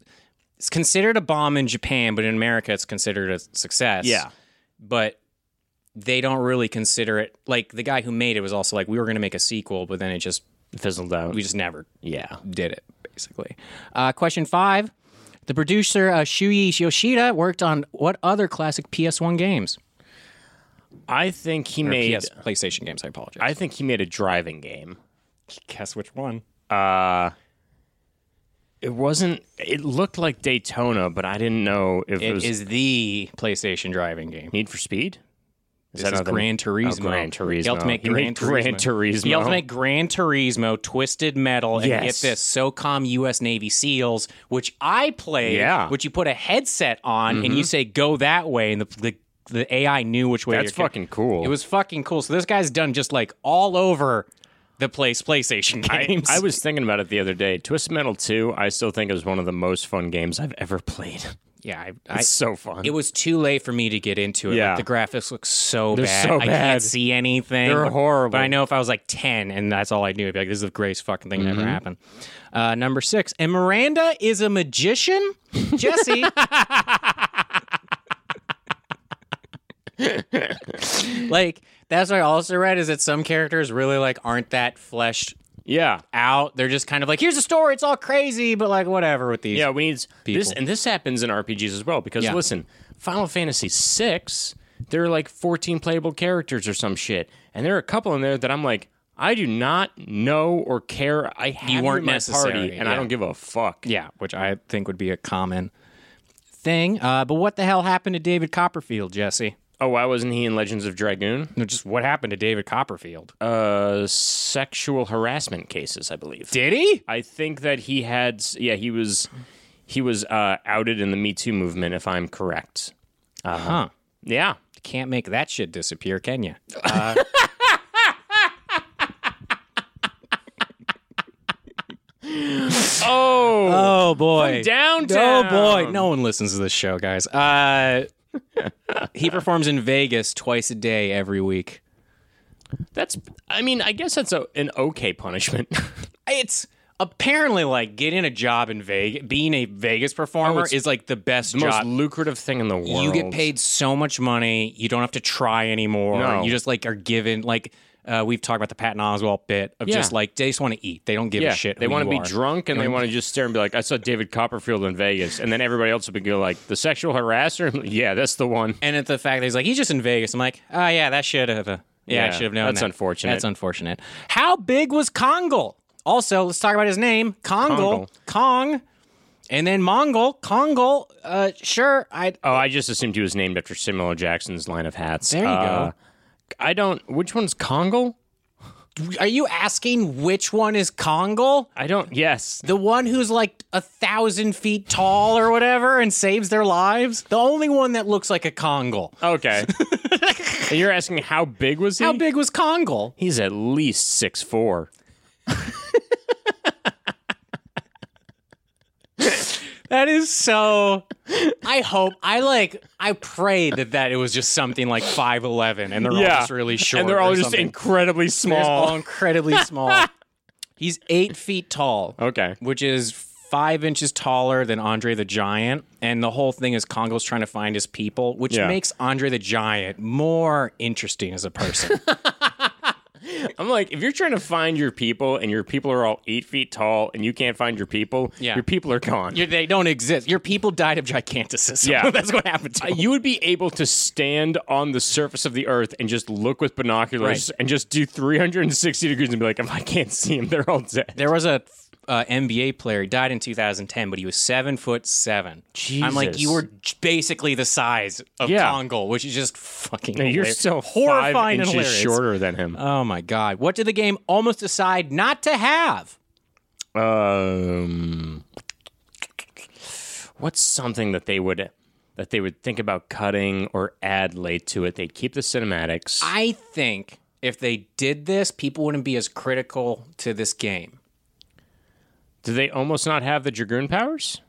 A: it's considered a bomb in Japan, but in America, it's considered a success. But they don't really consider it. Like, the guy who made it was also like, we were going to make a sequel, but then it just,
B: Fizzled out.
A: we just never
B: yeah.
A: did it basically. Uh, question five: The producer uh, Shuichi Yoshida worked on what other classic PS1 games?
B: I think he
A: Or
B: made.
A: PS, PlayStation games. I apologize.
B: I think he made a driving game. Uh,
A: guess which one?
B: It wasn't. It looked like Daytona, but I didn't know if it,
A: It
B: was
A: is the PlayStation driving game.
B: Need for Speed. Is
A: This is
B: another-
A: Gran Turismo.
B: Oh, Gran Turismo.
A: He helped make
B: He
A: Gran
B: made
A: Turismo.
B: Gran Turismo.
A: He helped make Gran Turismo, Twisted Metal, and
B: Yes.
A: get this, SOCOM U.S. Navy SEALs, which I played,
B: Yeah. Mm-hmm.
A: which you put a headset on and you say, go that way, and the, the, the AI knew which way
B: That's
A: you're go-
B: fucking cool.
A: It was fucking cool. So this guy's done just like all over the place PlayStation
B: I,
A: games.
B: I was thinking about it the other day. Twisted Metal 2, I still think is one of the most fun games I've ever played.
A: yeah, I,
B: It's
A: I,
B: so fun.
A: it was too late for me to get into it.
B: Yeah.
A: Like, the graphics look so bad.
B: so
A: I
B: bad.
A: can't see anything.
B: They're
A: But-
B: horrible.
A: But I know if I was like 10 and that's all I knew, I'd be like, this is the greatest fucking thing
B: Mm-hmm.
A: that ever happened. Uh, number six. And Miranda is a magician? Jesse. like, that's what I also read is that some characters really like aren't that fleshed
B: yeah.
A: out. They're just kind of like, here's a story, it's all crazy, but like whatever with these.
B: Yeah, we need this
A: people.
B: and this happens in RPGs as well because
A: Yeah.
B: listen, Final Fantasy 6, there are like 14 playable characters or some shit. And there are a couple in there that I'm like I do not know or care. I have you
A: weren't
B: in my party
A: necessary,
B: and I
A: yeah.
B: don't give a fuck.
A: Yeah, which I think would be a common thing. Uh, but what the hell happened to David Copperfield, Jesse?
B: Oh, why wasn't he in Legends of Dragoon?
A: No, just what happened to David Copperfield?
B: Uh sexual harassment cases, I believe.
A: Did he?
B: I think that he had yeah, he was he was uh outed in the Me Too movement if I'm correct.
A: Huh.
B: Yeah.
A: Can't make that shit disappear, can you?
B: Oh,
A: Oh boy.
B: downtown.
A: Oh boy. No one listens to this show, guys. Uh, he performs in Vegas twice a day every week.
B: That's, I mean, I guess that's a, an okay punishment.
A: It's apparently like getting a job in Vegas, being a Vegas performer is like Oh, the best
B: Most
A: job.
B: lucrative thing in the world.
A: You get paid so much money, you don't have to try anymore.
B: No.
A: You just like are given like uh, we've talked about the Patton Oswalt bit of
B: Yeah.
A: just like they just want to eat. They don't give
B: Yeah,
A: a shit.
B: they
A: want to
B: be drunk and they want to just stare and be like, "I saw David Copperfield in Vegas," and then everybody else will be like, "The sexual harasser? yeah, that's the one."
A: And at the fact that he's like, he's just in Vegas. I'm like, oh yeah, that should have. Uh, yeah,
B: Yeah,
A: I should have known.
B: that's
A: that.
B: unfortunate.
A: That's unfortunate. How big was Kongle? Also, let's talk about his name, Kongle, Kong, and then Mongol, Kongle. Uh, sure, I.
B: Oh, I just assumed he was named after Samuel L. Jackson's line of hats.
A: There you
B: Uh,
A: go.
B: I don't. Which one's Congle?
A: Are you asking which one is Kongle?
B: I don't. Yes,
A: The one who's like a thousand feet tall or whatever and saves their lives. The only one that looks like a Kongle.
B: Okay. and you're asking how big was he?
A: How big was Kongle?
B: He's at least six four.
A: That is so. I hope. I like. I pray that that it was just something like five eleven, and they're all just really short.
B: And they're all
A: or
B: just
A: something.
B: incredibly
A: They're just all
B: small.
A: incredibly small. He's eight feet tall.
B: Okay.
A: which is five inches taller than Andre the Giant. And the whole thing is Kongo's trying to find his people, which
B: Yeah.
A: makes Andre the Giant more interesting as a person.
B: I'm like, if you're trying to find your people and your people are all eight feet tall and you can't find your people,
A: Yeah.
B: your people are gone.
A: Your- they don't exist. Your people died of gigantism.
B: Yeah.
A: that's what happened to
B: Uh,
A: them.
B: you would be able to stand on the surface of the earth and just look with binoculars
A: Right.
B: and just do 360 degrees and be like, if I can't see them, they're all dead.
A: There was a uh, NBA player. He died in 2010, but he was seven foot seven. I'm like,
B: Jesus.
A: you were j- basically the size of
B: Yeah.
A: Kongo, which is just fucking.
B: And you're
A: hilarious.
B: still
A: horrifying
B: five
A: and
B: inches
A: hilarious.
B: shorter than him.
A: Oh my god! What did the game almost decide not to have? Uh,
B: Um, what's something that they would that they would think about cutting or add late to it? They'd keep the cinematics.
A: I think if they did this, people wouldn't be as critical to this game.
B: Do they almost not have the dragoon powers?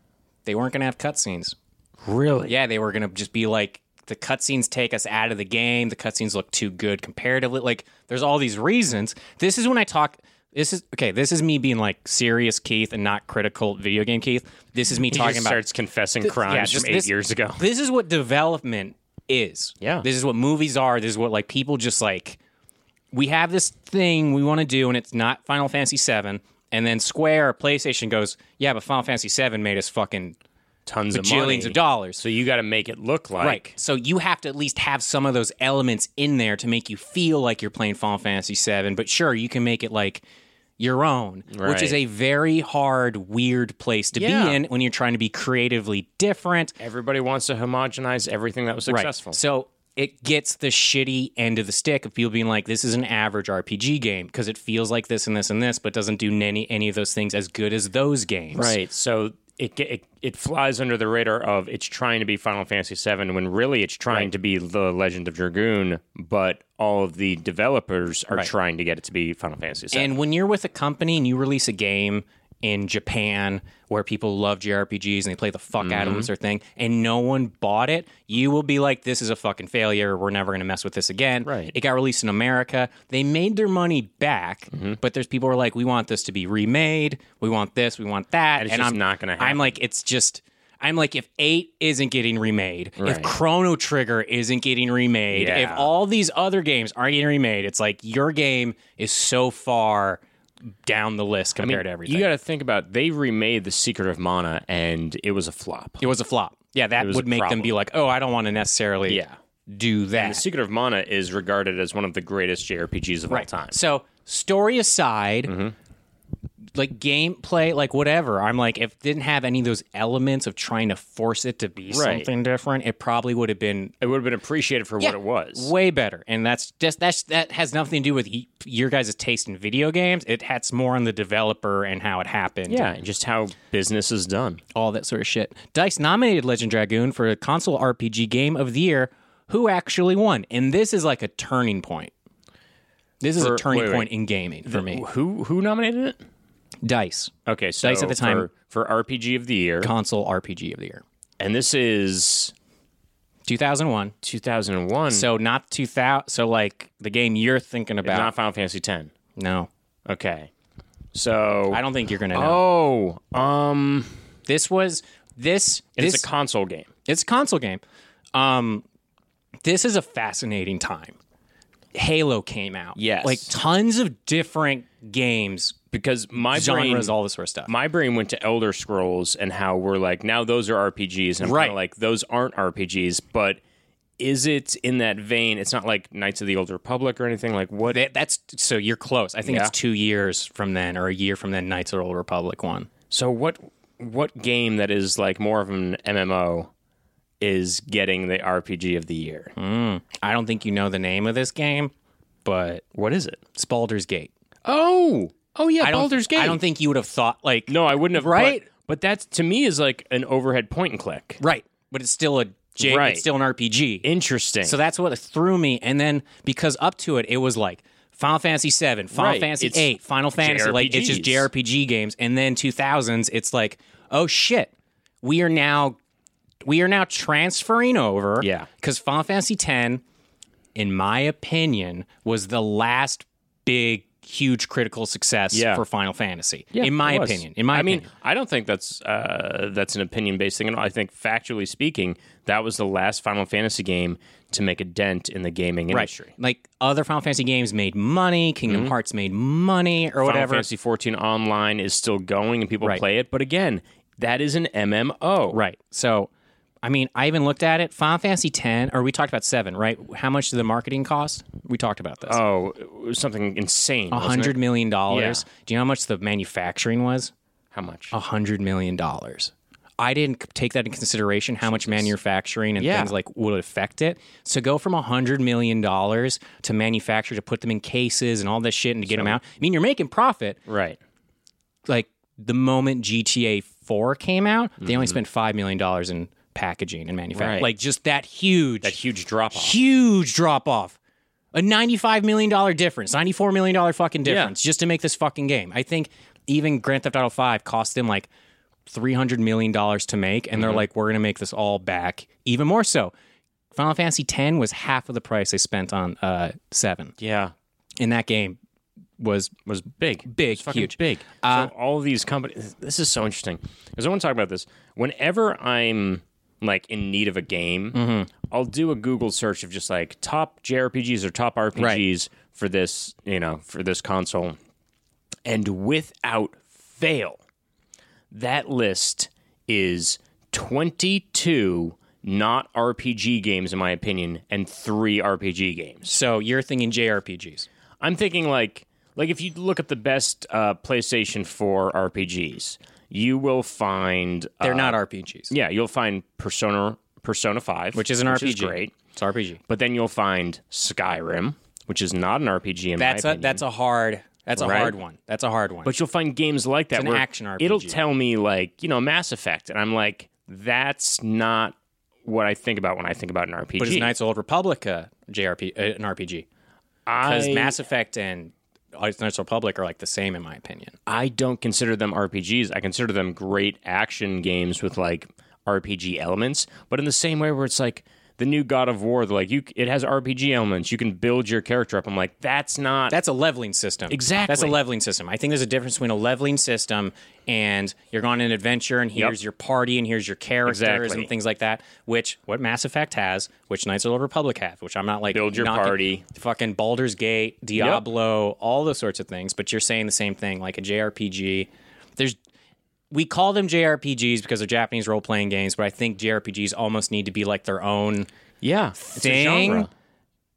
A: They weren't going to have cutscenes.
B: Really?
A: Yeah, they were going to just be like, the cutscenes take us out of the game. The cutscenes look too good comparatively. Like, there's all these reasons. This is when I talk. This is okay. This is me being like serious Keith and not critical video game Keith. This is me
B: He
A: talking
B: just
A: about
B: starts confessing crimes
A: yeah, just
B: from eight
A: this-
B: years ago.
A: This is what development is.
B: Yeah.
A: This is what movies are. This is what like people just like we have this thing we want to do and it's not Final Fantasy 7 and then Square or PlayStation goes, "Yeah, but Final Fantasy 7 made us fucking
B: tons of money.
A: Jillions of dollars.
B: So you got to make it look like
A: Right. So you have to at least have some of those elements in there to make you feel like you're playing Final Fantasy VII. But sure, you can make it like your own, which is
B: Right.
A: a very hard, weird place to
B: Yeah.
A: be in when you're trying to be creatively different.
B: everybody wants to homogenize everything that was successful.
A: Right. So it gets the shitty end of the stick of people being like, this is an average RPG game because it feels like this and this and this, but doesn't do any, any of those things as good as those games.
B: Right. So it, ge- it it flies under the radar of it's trying to be Final Fantasy VII when really it's trying to be The Legend of Dragoon, but all of the developers are trying to get it to be Final Fantasy VII.
A: And when you're with a company and you release a game in Japan where people love JRPGs and they play the fuck out
B: Mm-hmm.
A: of them, sort of thing, and no one bought it, you will be like, this is a fucking failure. We're never going to mess with this again.
B: Right.
A: It got released in America. They made their money back,
B: Mm-hmm.
A: but there's people who are like, we want this to be remade. We want this. We want that.
B: it's just not gonna happen.
A: I'm like, it's just. I'm like, if eight isn't getting remade, if
B: Right.
A: Chrono Trigger isn't getting remade, if
B: Yeah.
A: all these other games aren't getting remade, it's like your game is so far down the list
B: I mean,
A: compared to everything.
B: You got to think about they remade The Secret of Mana and it was a flop.
A: it was a flop. Yeah, that
B: was
A: would
B: a
A: make them
B: problem.
A: be like, oh, I don't want to necessarily
B: Yeah.
A: do that.
B: The Secret of Mana is regarded as one of the greatest JRPGs of all time.
A: So story aside,
B: Mm-hmm.
A: like gameplay, like whatever. I'm like, if it didn't have any of those elements of trying to force it to be something different, it probably would have been
B: It would have been appreciated for what it was.
A: way better. And that's just that's that has nothing to do with y- your guys' taste in video games. It has more on the developer and how it happened.
B: Yeah, and just how business is done.
A: all that sort of shit. Dice nominated Legend Dragoon for a console RPG game of the year. Who actually won? And this is like a turning point. This is a
B: For-
A: turning
B: wait, wait.
A: point in gaming for me.
B: Who who nominated it?
A: Dice
B: Okay, so
A: Dice at the time-
B: for, for RPG of the year,
A: console RPG of the year,
B: and this is
A: 2001.
B: 2001.
A: So uh, not 2000. So like the game you're thinking about.
B: not Final Fantasy 10.
A: no,
B: Okay. So
A: I don't think you're gonna know.
B: oh, um,
A: This was this.
B: it's
A: this
B: a console game.
A: It's a console game. Um, this is a fascinating time. Halo came out.
B: Yes.
A: Like tons of different games,
B: Because my
A: genres,
B: brain,
A: all this sort of stuff.
B: my brain went to Elder Scrolls and how we're like now those are RPGs, and I'm
A: Right.
B: kinda like those aren't RPGs, but is it in that vein? It's not like Knights of the Old Republic or anything like what.
A: That- that's so you're close. I think
B: Yeah.
A: it's two years from then or a year from then Knights of the Old Republic one.
B: So what what game that is like more of an MMO is getting the RPG of the year?
A: Hmm. I don't think you know the name of this game, but
B: What is it?
A: it's Baldur's Gate.
B: Oh, oh yeah,
A: I don't,
B: Baldur's Gate.
A: I don't think you would have thought like
B: No, I wouldn't have.
A: Right?
B: But, but that to me is like an overhead point and click.
A: right, but it's still a J,
B: Right.
A: it's still an RPG.
B: Interesting.
A: So that's what threw me. And then because up to it, it was like Final Fantasy Seven, Final
B: Right.
A: Fantasy
B: It's
A: Eight, Final Fantasy. Like it's just
B: JRPGs.
A: JRPG games. And then 2000s, it's like, oh shit, we are now, we are now transferring over.
B: Yeah.
A: Because Final Fantasy Ten, in my opinion, was the last big, huge critical success
B: Yeah.
A: for Final Fantasy.
B: Yeah,
A: in my
B: it was.
A: opinion. In my
B: I
A: opinion.
B: mean, I don't think that's uh, that's an opinion based thing. at all. I think factually speaking, that was the last Final Fantasy game to make a dent in the gaming industry.
A: Like other Final Fantasy games made money, Kingdom Hearts made money or
B: Mm-hmm. Final
A: whatever.
B: Fantasy 14 online is still going and people
A: Right.
B: play it, but again, that is an MMO.
A: Right. So, I mean, I even looked at it. Final Fantasy ten, or we talked about seven, right? How much did the marketing cost? We talked about this.
B: Oh, it was something insane.
A: A
B: wasn't it?
A: hundred million dollars. Do you know how much the manufacturing was?
B: How much?
A: A hundred million dollars. I didn't c- take that in consideration how much manufacturing and
B: Yeah.
A: things like would affect it. So go from a hundred million dollars to manufacture to put them in cases and all this shit and to get them out. I mean, you're making profit.
B: Right.
A: Like the moment GTA Four came out, they only spent five million dollars in packaging and manufacturing.
B: Mm-hmm. Right.
A: Like just that huge,
B: That huge drop off.
A: huge drop off. A $95 million difference, $94 million fucking difference just to make this fucking game. I think even Grand Theft Auto 5 cost them like $300 million to make, and
B: Mm-hmm.
A: they're like, we're going to make this all back even more so. Final Fantasy X was half of the price they spent on uh, 7.
B: Yeah.
A: And that game was
B: was big,
A: Big,
B: It was fucking
A: huge.
B: big. so all these companies. This is so interesting because I want to talk about this. Whenever I'm like in need of a game, I'll do a Google search of just like top JRPGs or top RPGs for this, you know, for this console, and without fail, that list is 22 not RPG games, in my opinion, and three RPG games.
A: So you're thinking JRPGs.
B: I'm thinking like like if you look up the best uh, PlayStation 4 RPGs, you will find uh,
A: They're not RPGs,
B: yeah, you'll find Persona Persona 5,
A: which is an RPG.
B: great.
A: It's RPG.
B: But then you'll find Skyrim, which is not an RPG in
A: That's
B: my
A: a
B: opinion.
A: that's a hard that's a
B: Right?
A: hard one. That's a hard one.
B: but you'll find games like that
A: an
B: where
A: action RPG.
B: it'll tell me like you know Mass Effect, and I'm like, that's not what I think about when I think about an RPG.
A: but is Knights of the Old Republic a JRP uh, an RPG? Because
B: I,
A: Mass Effect and Knights of the Old Republic are like the same in my opinion.
B: I don't consider them RPGs. I consider them great action games with like RPG elements, but in the same way where it's like the new God of War, they're like you, it has RPG elements. You can build your character up. I'm like, that's not.
A: That's a leveling system.
B: Exactly.
A: That's a leveling system. I think there's a difference between a leveling system and you're going on an adventure and here's your party and here's your characters
B: Exactly.
A: and things like that, which what Mass Effect has, which Knights of the Old Republic have, which I'm not like
B: Build your
A: knocking-
B: party.
A: fucking Baldur's Gate, Diablo, all those sorts of things, but you're saying the same thing like a JRPG. There's we call them JRPGs because they're Japanese role playing games, but I think JRPGs almost need to be like their own
B: yeah, it's a
A: thing.
B: genre.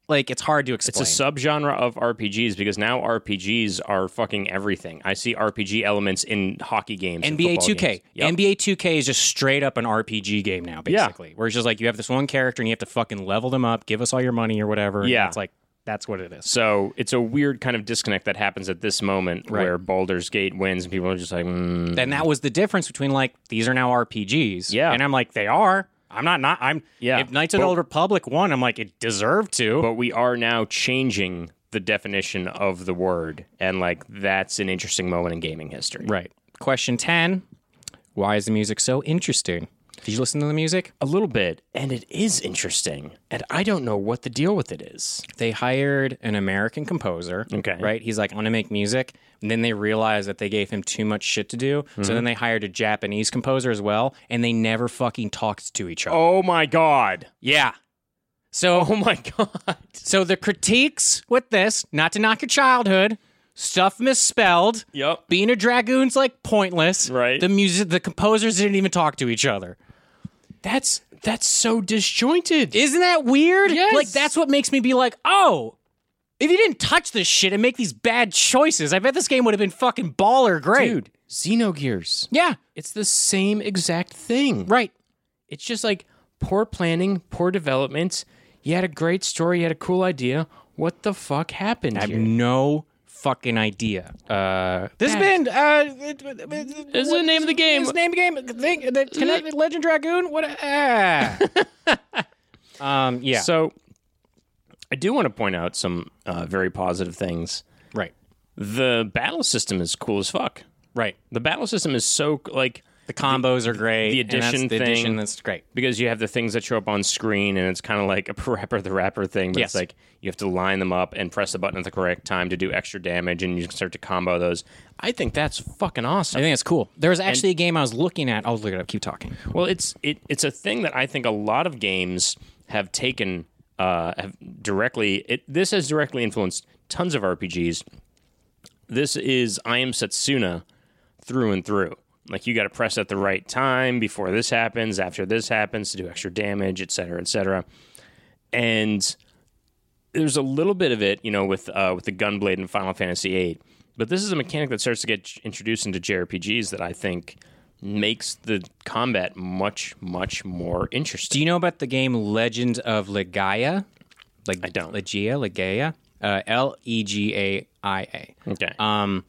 A: Like it's hard to explain.
B: It's a subgenre of RPGs because now RPGs are fucking everything. I see RPG elements in hockey games, and
A: NBA
B: football
A: 2K.
B: games. Yep.
A: NBA 2K is just straight up an RPG game now, basically. Where it's just like you have this one character and you have to fucking level them up, give us all your money or whatever. and
B: Yeah.
A: it's like that's what it is.
B: so it's a weird kind of disconnect that happens at this moment where Baldur's Gate wins and people are just like, mm.
A: And that was the difference between like these are now RPGs.
B: Yeah.
A: And I'm like, they are. I'm not not I'm
B: Yeah.
A: if Knights of the Old Republic won, I'm like, it deserved to.
B: but we are now changing the definition of the word, and like that's an interesting moment in gaming history.
A: right. Question ten. Why is the music so interesting? Did you listen to the music?
B: A little bit, and it is interesting, and I don't know what the deal with it is.
A: they hired an American composer.
B: Okay.
A: Right? He's like, I'm gonna make music. And then they realized that they gave him too much shit to do.
B: Mm-hmm.
A: So then they hired a Japanese composer as well, and they never fucking talked to each other.
B: Oh my god!
A: Yeah. So
B: Oh my god!
A: so the critiques with this, not to knock your childhood, stuff misspelled.
B: Yep.
A: Being a dragoon's like pointless.
B: Right.
A: The music the composers didn't even talk to each other.
B: That's that's so disjointed.
A: Isn't that weird?
B: Yes.
A: Like that's what makes me be like, oh, if you didn't touch this shit and make these bad choices, I bet this game would have been fucking baller great.
B: Dude, Xenogears.
A: Yeah.
B: It's the same exact thing.
A: Right.
B: It's just like poor planning, poor development. You had a great story, you had a cool idea. What the fuck happened
A: I have
B: here?
A: no fucking idea. Uh, this has
B: Bad.
A: been uh,
B: This is the name of the game.
A: This name of the game. Think that connect Legend Dragoon. What? Ah. um. Yeah.
B: So I do want to point out some uh, very positive things.
A: right.
B: The battle system is cool as fuck.
A: Right.
B: The battle system is so like
A: The combos are great.
B: the
A: and that's
B: addition
A: the
B: thing.
A: addition that's great.
B: because you have the things that show up on screen and it's kind of like a rapper the rapper thing but
A: Yes.
B: it's like you have to line them up and press the button at the correct time to do extra damage and you can start to combo those i think that's fucking
A: I
B: awesome
A: think it's cool. There was actually a game I was looking at. I'll look it up. Keep talking.
B: well it's it, it's a thing that i think a lot of games have taken uh have directly it this has directly influenced tons of rpgs this is i am setsuna through and through like you got to press at the right time before this happens after this happens to do extra damage et cetera et cetera and there's a little bit of it, you know, with uh, with the gunblade in Final Fantasy VIII. But this is a mechanic that starts to get j- introduced into JRPGs that I think makes the combat much much more
A: Do
B: interesting.
A: you know about the game Legend of Legaia? Like I
B: don't.
A: Legaia, Legaia, uh, L E G A I A.
B: Okay,
A: Uh,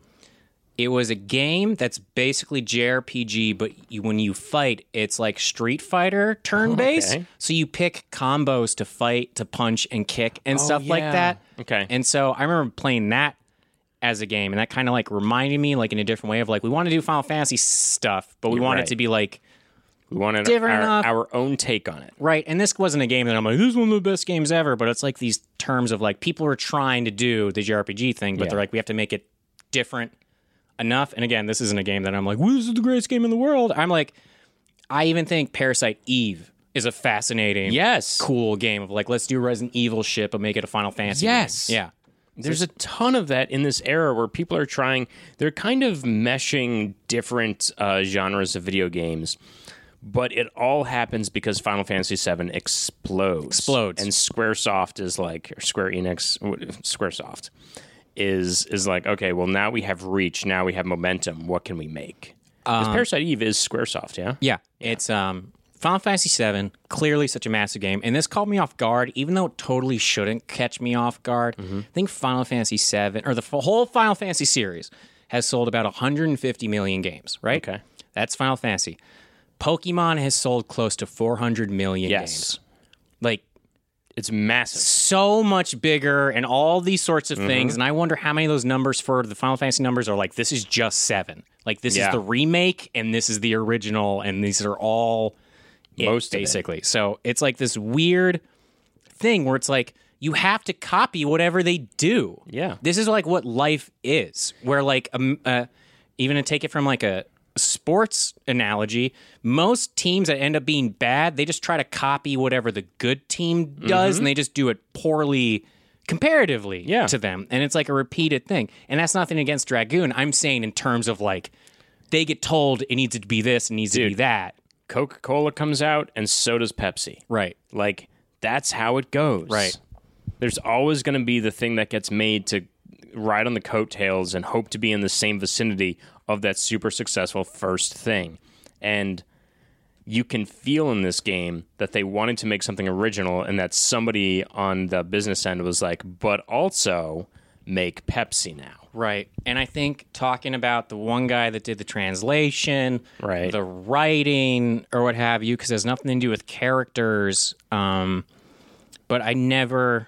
A: It was a game that's basically JRPG, but you, when you fight, it's like Street Fighter turn based.
B: Oh, okay.
A: So you pick combos to fight, to punch and kick and stuff
B: Oh, yeah.
A: like that.
B: Okay.
A: And so I remember playing that as a game, and that kind of like reminded me, like in a different way, of like we want to do Final Fantasy stuff, but we want
B: right.
A: it to be like
B: we wanted
A: different
B: our,
A: enough.
B: our own take on it.
A: Right, and this wasn't a game that I'm like, this is one of the best games ever. But it's like these terms of like people are trying to do the JRPG thing, but they're like, we have to make it different enough. And again, this isn't a game that I'm like, this is the greatest game in the world. I'm like, I even think Parasite Eve is a fascinating,
B: Yes,
A: cool game of like, let's do Resident Evil shit, but make it a Final Fantasy.
B: Yes.
A: game. yeah,
B: There's a ton of that in this era where people are trying, they're kind of meshing different uh, genres of video games, But it all happens because Final Fantasy VII explodes.
A: Explodes.
B: And SquareSoft is like or Square Enix. SquareSoft is is like okay. Well, now we have reach. Now we have momentum. What can we make? 'Cause Parasite Eve is SquareSoft. Yeah.
A: Yeah, it's um Final Fantasy VII, clearly such a massive game, and this caught me off guard, even though it totally shouldn't catch me off guard.
B: Mm-hmm.
A: I think Final Fantasy VII or the f- whole Final Fantasy series has sold about 150 million games, right?
B: Okay.
A: that's Final Fantasy. Pokemon has sold close to 400 million games,
B: Yes.
A: like
B: It's massive.
A: so much bigger, and all these sorts of things.
B: Mm-hmm.
A: And I wonder how many of those numbers for the Final Fantasy numbers are like this is just seven, like this
B: Yeah.
A: is the remake, and this is the original, and these are all it,
B: Most of it.
A: basically. So it's like this weird thing where it's like you have to copy whatever they do.
B: Yeah.
A: this is like what life is, where like um, uh, even to take it from like a sports analogy, most teams that end up being bad, they just try to copy whatever the good team does, and they just do it poorly comparatively
B: Yeah.
A: to them, and it's like a repeated thing. And that's nothing against Dragoon. I'm saying in terms of like. They get told it needs to be this, it needs to be that.
B: Coca Cola comes out, and so does Pepsi.
A: Right.
B: Like that's how it goes.
A: Right.
B: There's always going to be the thing that gets made to ride on the coattails and hope to be in the same vicinity of that super successful first thing. And you can feel in this game that they wanted to make something original and that somebody on the business end was like, but also make Pepsi now.
A: Right. And I think talking about the one guy that did the translation,
B: Right.
A: the writing or what have you, because it has nothing to do with characters. Um, but I never,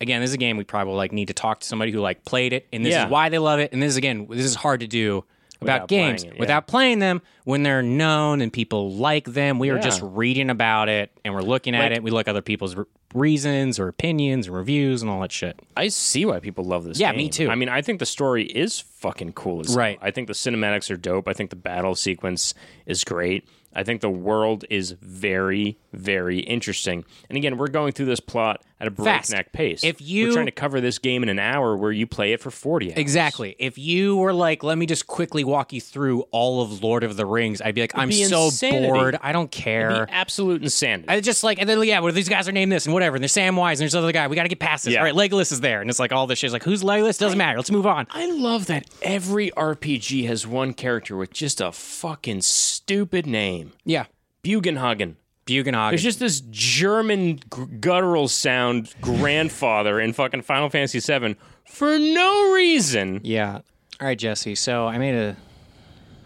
A: again, this is a game we probably like need to talk to somebody who like played it, and this
B: Yeah.
A: is why they love it, and this is again, this is hard to do about
B: Without playing
A: games
B: it, yeah.
A: without playing them when they're known and people like them. We are
B: Yeah.
A: just reading about it and we're looking at
B: Like-
A: it. We look at other people's re- reasons or opinions and reviews and all that shit.
B: I see why people love this
A: Yeah,
B: game.
A: me too.
B: I mean, I think the story is fucking cool as hell.
A: Right.
B: I think the cinematics are dope. I think the battle sequence is great. I think the world is very, very interesting. And again, we're going through this plot at a
A: Fast.
B: breakneck pace.
A: If
B: we're
A: you-
B: trying to cover this game in an hour where you play it for 40 hours.
A: Exactly. If you were like, let me just quickly walk you through all of Lord of the Rings, I'd be like, I'm
B: be
A: so
B: insanity.
A: bored. I don't
B: The
A: care.
B: absolute insanity.
A: I just like, and then, yeah, well, these guys are named this and whatever. And there's Samwise and there's this other guy. We got to get past this.
B: Yeah.
A: All right, Legolas is there. And it's like, all this shit's like, who's Legolas? Doesn't matter. Let's move on.
B: I love that every RPG has one character with just a fucking stupid name.
A: Yeah.
B: Bugenhagen.
A: Bugenhagen.
B: There's just this German g- guttural sound grandfather in fucking Final Fantasy VII for no reason.
A: yeah. All right, Jesse. So I made a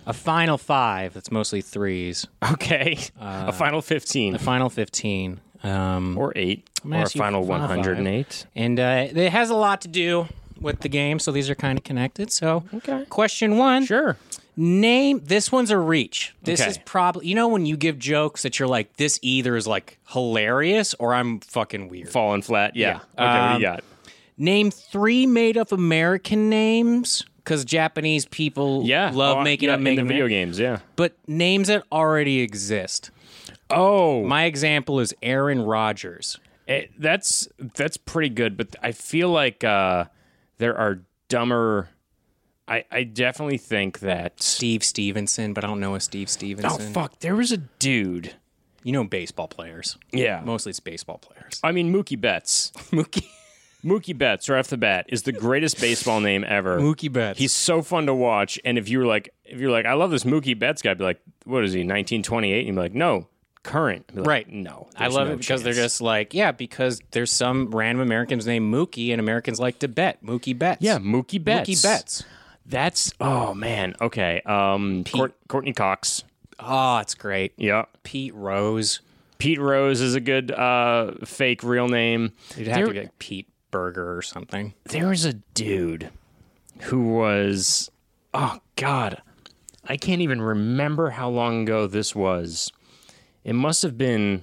A: a final five that's mostly threes,
B: Okay, a final fifteen
A: a final 15. Um,
B: or eight
A: gonna
B: or a
A: Uh, ask you
B: final
A: for
B: one
A: final
B: hundred and eight.
A: And uh, it has a lot to do with the game, so these are kind of connected. So,
B: Okay.
A: question one.
B: Sure.
A: Name this one's a reach. This
B: Okay.
A: is probably you know when you give jokes that you're like this either is like hilarious or I'm fucking weird.
B: Falling flat. Yeah. Okay. what do
A: Um,
B: you got?
A: Name three made up American names because Japanese people
B: Yeah.
A: love
B: Oh,
A: making
B: yeah,
A: up making
B: in the video games. Yeah.
A: but names that already exist.
B: Oh,
A: My example is Aaron Rodgers.
B: it- that's that's pretty good, but I feel like uh, there are dumber. I, I definitely think that.
A: Steve Stevenson, but I don't know a Steve
B: Oh
A: Stevenson.
B: fuck! There was a dude.
A: You know baseball players.
B: Yeah.
A: Mostly it's baseball players.
B: I mean, Mookie Betts.
A: Mookie
B: Mookie Betts, right off the bat, is the greatest baseball name ever.
A: Mookie Betts.
B: He's so fun to watch. And if you were like, if you're like, I love this Mookie Betts guy, I'd be like, what is he, 1928? And you'd be like, no, current. I'd be like,
A: Right.
B: No.
A: I
B: there's
A: love
B: no
A: it because they're
B: chance.
A: just like, yeah, because there's some random Americans named Mookie, and Americans like to bet. Mookie bets.
B: Yeah, Mookie Betts.
A: Mookie bets.
B: That's, oh, man. Okay. Um, Court, Courtney Cox.
A: Oh, it's great.
B: Yeah.
A: Pete Rose.
B: Pete Rose is a good uh, fake real name.
A: You'd have
B: There-
A: to be like Pete Burger or something.
B: there was a dude who was oh god i can't even remember how long ago this was it must have been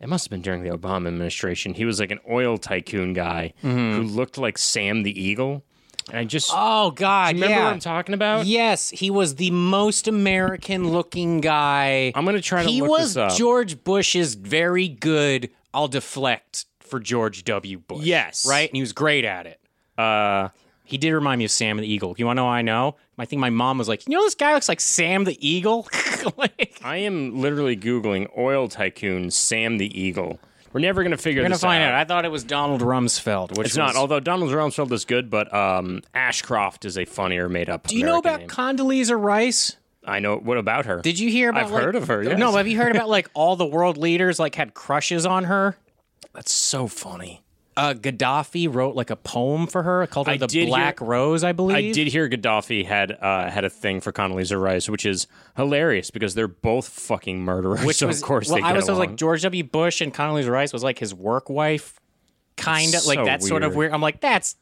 B: it must have been during the obama administration he was like an oil tycoon guy who looked like sam the eagle and i just
A: Mm-hmm. Oh God,
B: remember
A: yeah.
B: what i'm talking about
A: yes, he was the most American-looking guy.
B: i'm gonna try to
A: he
B: look
A: was
B: this up
A: George Bush's very good. I'll deflect for George W. Bush.
B: Yes.
A: right, and he was great at it.
B: uh,
A: He did remind me of Sam the Eagle. You want to know how I know? I think my mom was like, you know, this guy looks like Sam the Eagle. like,
B: I am literally Googling oil tycoon Sam the Eagle. We're never going to figure
A: we're gonna
B: this
A: find out.
B: out.
A: I thought it was Donald Rumsfeld, which
B: uh, It's not,
A: was-
B: although Donald Rumsfeld is good, but um, Ashcroft is a funnier made up.
A: Do you know about Condoleezza Rice?
B: I know. What about her?
A: Did you hear about?
B: I've
A: like-
B: heard of her, yes.
A: No, have you heard about like all the world leaders like had crushes on her?
B: That's so funny.
A: Uh, Gaddafi wrote like a poem for her called her
B: I
A: the
B: did hear-
A: Black Rose, I believe.
B: I did hear Gaddafi had uh, had a thing for Condoleezza Rice, which is hilarious because they're both fucking murderers.
A: Which
B: so
A: was,
B: of course
A: well,
B: they
A: I
B: get
A: was always
B: along.
A: like George W. Bush and Condoleezza Rice was like his work wife, kind of
B: That's
A: like
B: so
A: that's sort of
B: weird.
A: weird. I'm like that's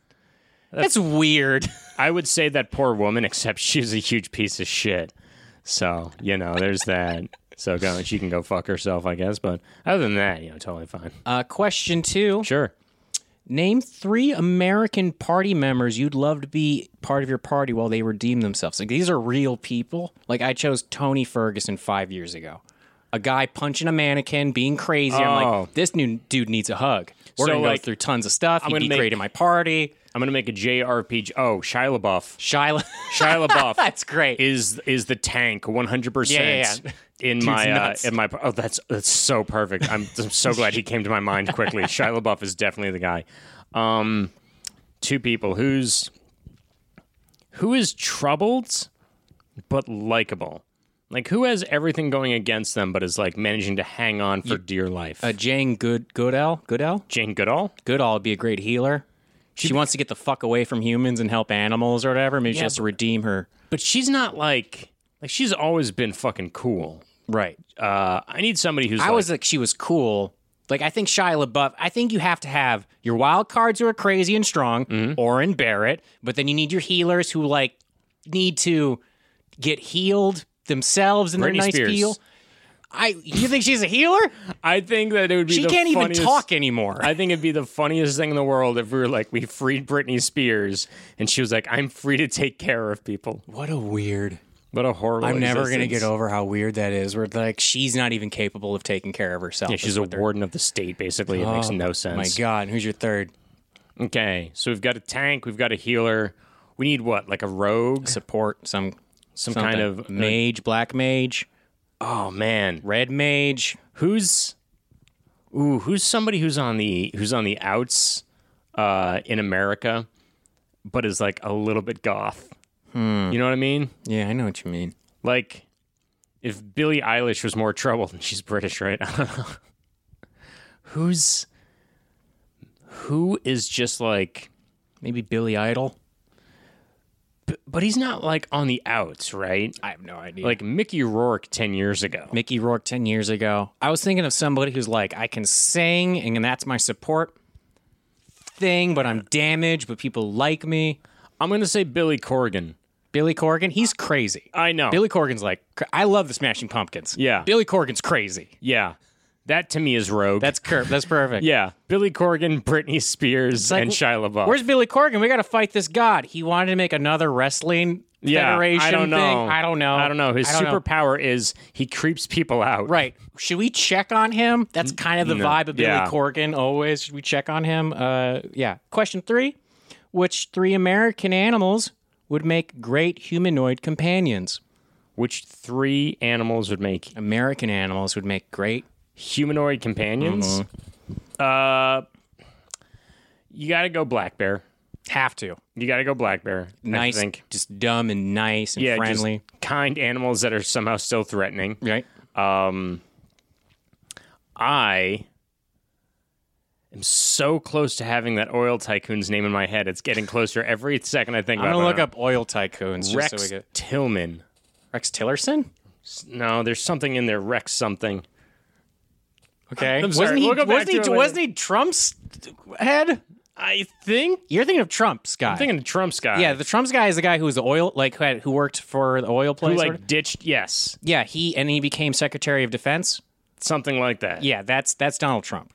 A: that's, weird.
B: I would say that poor woman, except she's a huge piece of shit. So you know, there's that. So go, she can go fuck herself, I guess. But other than that, you know, totally fine.
A: Uh, question two:
B: Sure.
A: Name three American party members you'd love to be part of your party while they redeem themselves. Like these are real people. Like I chose Tony Ferguson five years ago. A guy punching a mannequin, being crazy. I'm
B: Oh.
A: like, this new dude needs a hug. We're
B: So,
A: gonna
B: like,
A: go through tons of stuff. He'd
B: gonna
A: be
B: make-
A: great in my party.
B: I'm gonna make a JRPG. Oh, Shia LaBeouf.
A: Shia,
B: Shia LaBeouf.
A: that's great.
B: is is the tank 100 percent
A: Yeah,
B: in my uh,
A: nuts.
B: in my oh that's that's so perfect I'm, I'm so glad he came to my mind quickly Shia LaBeouf is definitely the guy um two people who's who is troubled but likable like who has everything going against them but is like managing to hang on for dear life
A: Uh, Jane Good Goodell Goodell
B: Jane Goodall
A: Goodall would be a great healer. She, wants to get the fuck away from humans and help animals or whatever. Maybe she has to redeem her.
B: but she's not like like she's always been fucking cool
A: Right.
B: uh I need somebody who's
A: I
B: like,
A: was like, she was cool. Like I think Shia LaBeouf. I think you have to have your wild cards who are crazy and strong,
B: Mm-hmm.
A: Oren Barrett, but then you need your healers who like need to get healed themselves and their
B: Britney
A: nice
B: Spears.
A: heal. I you think she's a healer?
B: I think that it would be
A: She
B: the
A: can't even
B: funniest-
A: talk anymore.
B: I think it'd be the funniest thing in the world if we were like, we freed Britney Spears, and she was like, I'm free to take care of people.
A: what a weird.
B: What a horrible.
A: I'm never gonna
B: existence.
A: get over how weird that is. Where like she's not even capable of taking care of herself.
B: Yeah, she's a warden of the state, basically. It makes no
A: Oh My
B: sense.
A: God, who's your third
B: Okay, so we've got a tank, we've got a healer. We need what, like a rogue,
A: support? Some
B: some
A: something.
B: kind of.
A: mage, black mage,
B: Oh man,
A: red mage.
B: who's, ooh, who's somebody who's on the who's on the outs, uh, in America, but is like a little bit goth.
A: Hmm.
B: You know what I mean?
A: Yeah, I know what you mean.
B: Like, if Billie Eilish was more troubled, and she's British, right? I don't know. Who's who is just like,
A: Maybe Billy Idol.
B: b- but he's not like on the outs, right?
A: I have no idea. Like
B: Like Mickey Rourke ten years ago.
A: Mickey Rourke ten years ago. I was thinking of somebody who's like, I can sing, and that's my support thing, but I'm damaged, but people like me.
B: I'm gonna say Billy Corgan.
A: Billy Corgan, he's crazy.
B: I know.
A: Billy Corgan's like, cr- I love the Smashing Pumpkins.
B: Yeah.
A: Billy Corgan's crazy.
B: yeah, that to me is rogue.
A: That's cur- That's perfect.
B: yeah, Billy Corgan, Britney Spears,
A: like,
B: and Shia LaBeouf.
A: Where's Billy Corgan? We got to fight this god. He wanted to make another wrestling
B: yeah,
A: federation
B: I don't know.
A: thing. I don't know.
B: I don't know. His superpower is he creeps people out.
A: Right. Should we check on him? That's kind of the vibe of Billy
B: yeah.
A: Corgan always. Should we check on him? Uh, yeah. Question three Which three American animals would make great humanoid companions?
B: Which three animals would make
A: American animals would make great.
B: humanoid companions.
A: Uh-huh.
B: Uh, you got to go black bear.
A: Have to.
B: You got to go black bear.
A: Nice.
B: I think.
A: Just dumb and nice and
B: Yeah, just
A: friendly.
B: kind animals that are somehow still threatening.
A: right.
B: I am so close to having that oil tycoon's name in my head. It's getting closer every second I think
A: I'm
B: about
A: going to
B: it.
A: look up oil tycoons.
B: Rex
A: Just so we get...
B: Tillman.
A: Rex Tillerson?
B: No, there's something in there. Rex something.
A: Okay.
B: sorry.
A: Wasn't he,
B: We'll go back
A: wasn't, he,
B: to it later.
A: wasn't he Trump's head?
B: I think.
A: You're thinking of Trump's guy.
B: I'm thinking of Trump's guy.
A: Yeah, the Trump's guy is the guy who was the oil, like who, had, who worked for the oil place.
B: Who
A: or
B: like
A: whatever.
B: ditched? Yes,
A: yeah, he and he became Secretary of Defense.
B: something like that.
A: Yeah, that's that's Donald Trump.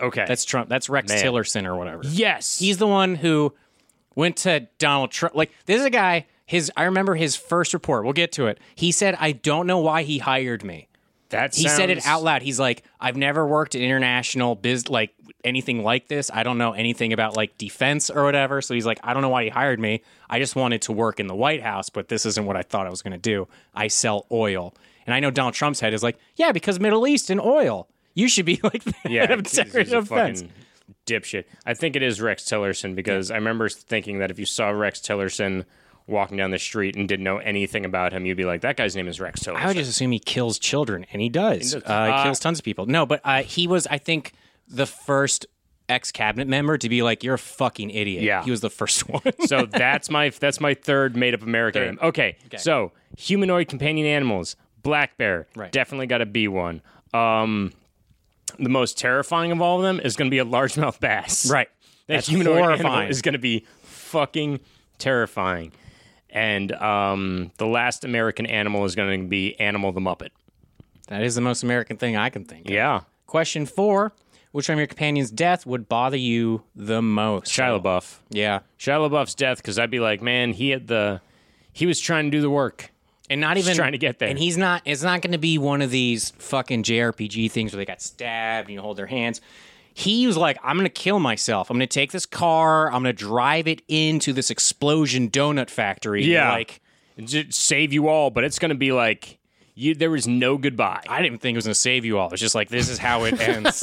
B: Okay.
A: That's Trump. That's Rex
B: Man.
A: Tillerson or whatever.
B: yes.
A: He's the one who went to Donald Trump. Like this is a guy. His I remember his first report. We'll get to it. He said, "I don't know why he hired me."
B: That
A: He said it
B: sounds-
A: out loud. He's like, I've never worked in international biz, like anything like this. I don't know anything about like defense or whatever. So he's like, I don't know why he hired me. I just wanted to work in the White House, but this isn't what I thought I was going to do. I sell oil. And I know Donald Trump's head is like, yeah, because Middle East and oil. You should be like the head
B: Yeah,
A: of
B: he's- he's
A: Secretary
B: a
A: of Defense.
B: fucking dipshit. I think it is Rex Tillerson because I remember thinking that if you saw Rex Tillerson walking down the street and didn't know anything about him, you'd be like, that guy's name is Rex Tillerson.
A: I would just assume he kills children, and he does.
B: does.
A: Uh,
B: Uh,
A: kills tons of people. No, but uh, he was, I think, the first ex cabinet member to be like, "You're a fucking idiot."
B: Yeah.
A: he was the first one.
B: so that's my that's my third made up American. name. Okay, so humanoid companion animals, black bear,
A: Right.
B: definitely got to be one. Um, the most terrifying of all of them is going to be a largemouth bass.
A: Right.
B: that
A: That's
B: humanoid
A: horrifying.
B: animal is going to be fucking terrifying. And um, the last American animal is going to be Animal the Muppet.
A: that is the most American thing I can think. of.
B: Yeah,
A: Question four: Which one of your companion's death would bother you the most?
B: Shia LaBeouf.
A: Yeah,
B: Shia LaBeouf's death because I'd be like, man, he had the he was trying to do the work.
A: and not even
B: trying to get there.
A: And he's not. It's not going to be one of these fucking JRPG things where they got stabbed and you hold their hands. He was like, "I'm going to kill myself. I'm going to take this car. I'm going to drive it into this explosion donut factory." You're
B: Yeah.
A: like
B: J- save you all, but it's going to be like you. There was no goodbye.
A: I didn't think it was going to save you all. It's just like this is how it ends.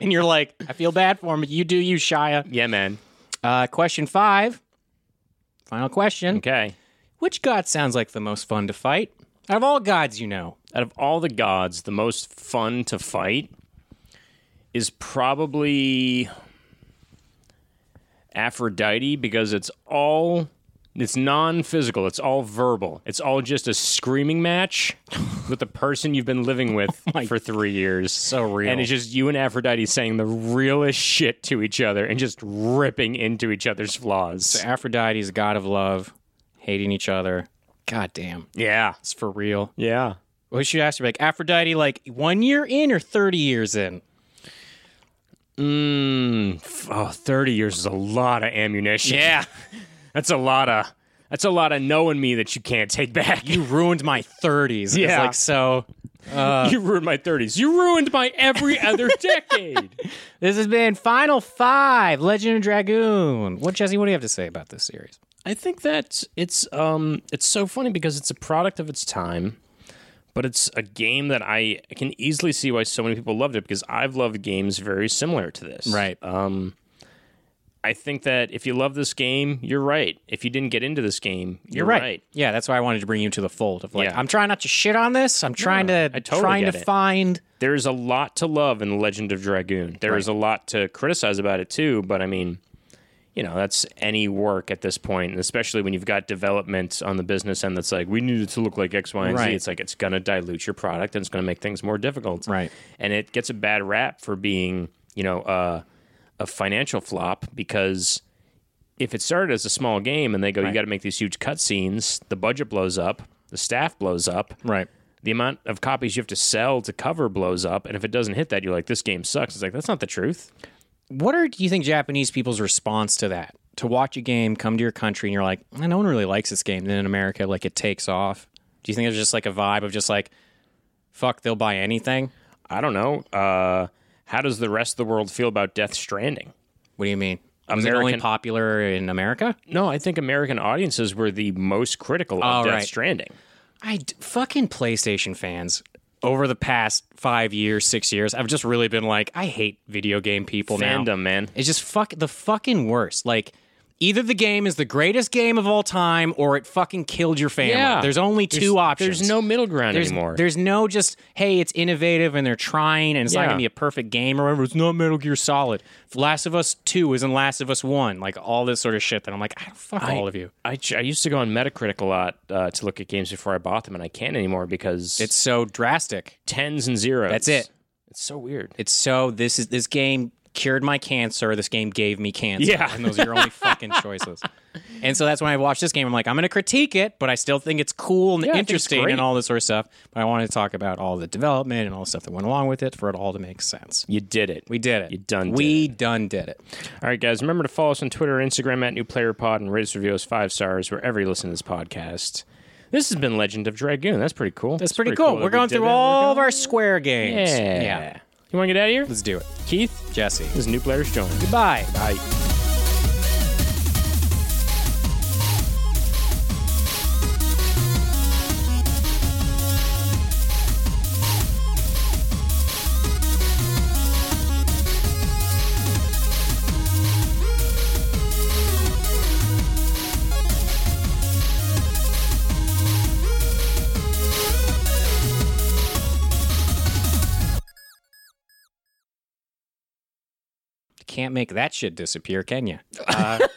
A: and you're like, I feel bad for him. But you do you, Shia.
B: yeah, man.
A: Uh, question five. Final question.
B: Okay.
A: Which god sounds like the most fun to fight? Out of all gods, you know.
B: Out of all the gods, the most fun to fight is probably Aphrodite because it's all it's non-physical. It's all verbal. It's all just a screaming match with the person you've been living with for three years.
A: Oh So real.
B: And it's just you and Aphrodite saying the realest shit to each other and just ripping into each other's flaws.
A: Aphrodite is a god of love, hating each other. God damn,
B: Yeah.
A: it's for real.
B: Yeah.
A: We should ask you, like, Aphrodite, like, one year in or 30 years in?
B: Mm, f- oh, 30 years is a lot of ammunition.
A: Yeah.
B: That's a lot of that's a lot of knowing me that you can't take back. You,
A: You ruined my 30s. It's
B: Yeah.
A: like, so
B: ruined my 30s. You ruined my every other decade.
A: This has been Final Five, Legend of Dragoon. What Jesse, what do you have to say about this series?
B: I think that it's um it's so funny because it's a product of its time, but it's a game that I can easily see why so many people loved it because I've loved games very similar to this.
A: Right.
B: Um I think that if you love this game, you're right. If you didn't get into this game, you're, right.
A: Yeah, that's why I wanted to bring you to the fold of like
B: Yeah.
A: I'm trying not to shit on this. I'm trying to
B: I totally
A: trying
B: get
A: to
B: it.
A: find
B: there is a lot to love in The Legend of Dragoon. There is a lot to criticize about it too, but I mean, you know, that's any work at this point, and especially when you've got development on the business end that's like, we need it to look like X, Y, and
A: Right.
B: Z. It's like it's gonna dilute your product and it's gonna make things more difficult.
A: Right.
B: And it gets a bad rap for being, you know, uh, a financial flop because if it started as a small game and they go, you got to make these huge cutscenes, the budget blows up, the staff blows up,
A: Right.
B: the amount of copies you have to sell to cover blows up. And if it doesn't hit that, you're like, this game sucks. It's like, that's not the truth.
A: What are do you think Japanese people's response to that? To watch a game come to your country and you're like, "Eh, no one really likes this game. Then in America, like it takes off. Do you think there's just like a vibe of just like, fuck, they'll buy anything?
B: I don't know. Uh, how does the rest of the world feel about Death Stranding?
A: What do you mean? Was it only
B: American-
A: popular in America?
B: No, I think American audiences were the most critical of
A: Oh,
B: Death
A: right.
B: Stranding.
A: I d- fucking PlayStation fans over the past five years, six years, I've just really been like, I hate video game people now.
B: Fandom, man.
A: It's just fuck the fucking worst. Like, either the game is the greatest game of all time, or it fucking killed your family.
B: Yeah.
A: There's only two options.
B: There's no middle ground
A: There's,
B: anymore.
A: there's no just hey, it's innovative and they're trying and it's not
B: Yeah.
A: gonna be a perfect game or whatever. It's not Metal Gear Solid. Last of Us Two isn't Last of Us One. Like all this sort of shit that I'm like, I don't fuck all of you.
B: I, ch- I used to go on Metacritic a lot uh, to look at games before I bought them, and I can't anymore because
A: It's so drastic.
B: tens and zeros.
A: That's it.
B: It's so weird.
A: It's so this is this game cured my cancer. This game gave me cancer.
B: Yeah.
A: and those are your only fucking choices. And so that's when I watch this game. I'm like, I'm going to critique it, but I still think it's cool and
B: I think it's
A: interesting
B: great.
A: and all this sort of stuff. But I wanted to talk about all the development and all the stuff that went along with it for it all to make sense.
B: You did it.
A: We did it.
B: You done did
A: We done did it.
B: All right, guys. Remember to follow us on Twitter and Instagram at New Player Pod and rate us review us five stars wherever you listen to this podcast. This has been Legend of Dragoon. That's pretty cool.
A: That's pretty, cool.
B: that
A: We're
B: we
A: going
B: did
A: through
B: that. We're
A: all of
B: going-
A: our square games.
B: Yeah.
A: yeah.
B: You want to get out of here?
A: Let's do it.
B: Keith,
A: Jesse.
B: this is new players join.
A: Goodbye.
B: Bye.
A: Can't make that shit disappear, can you? Uh,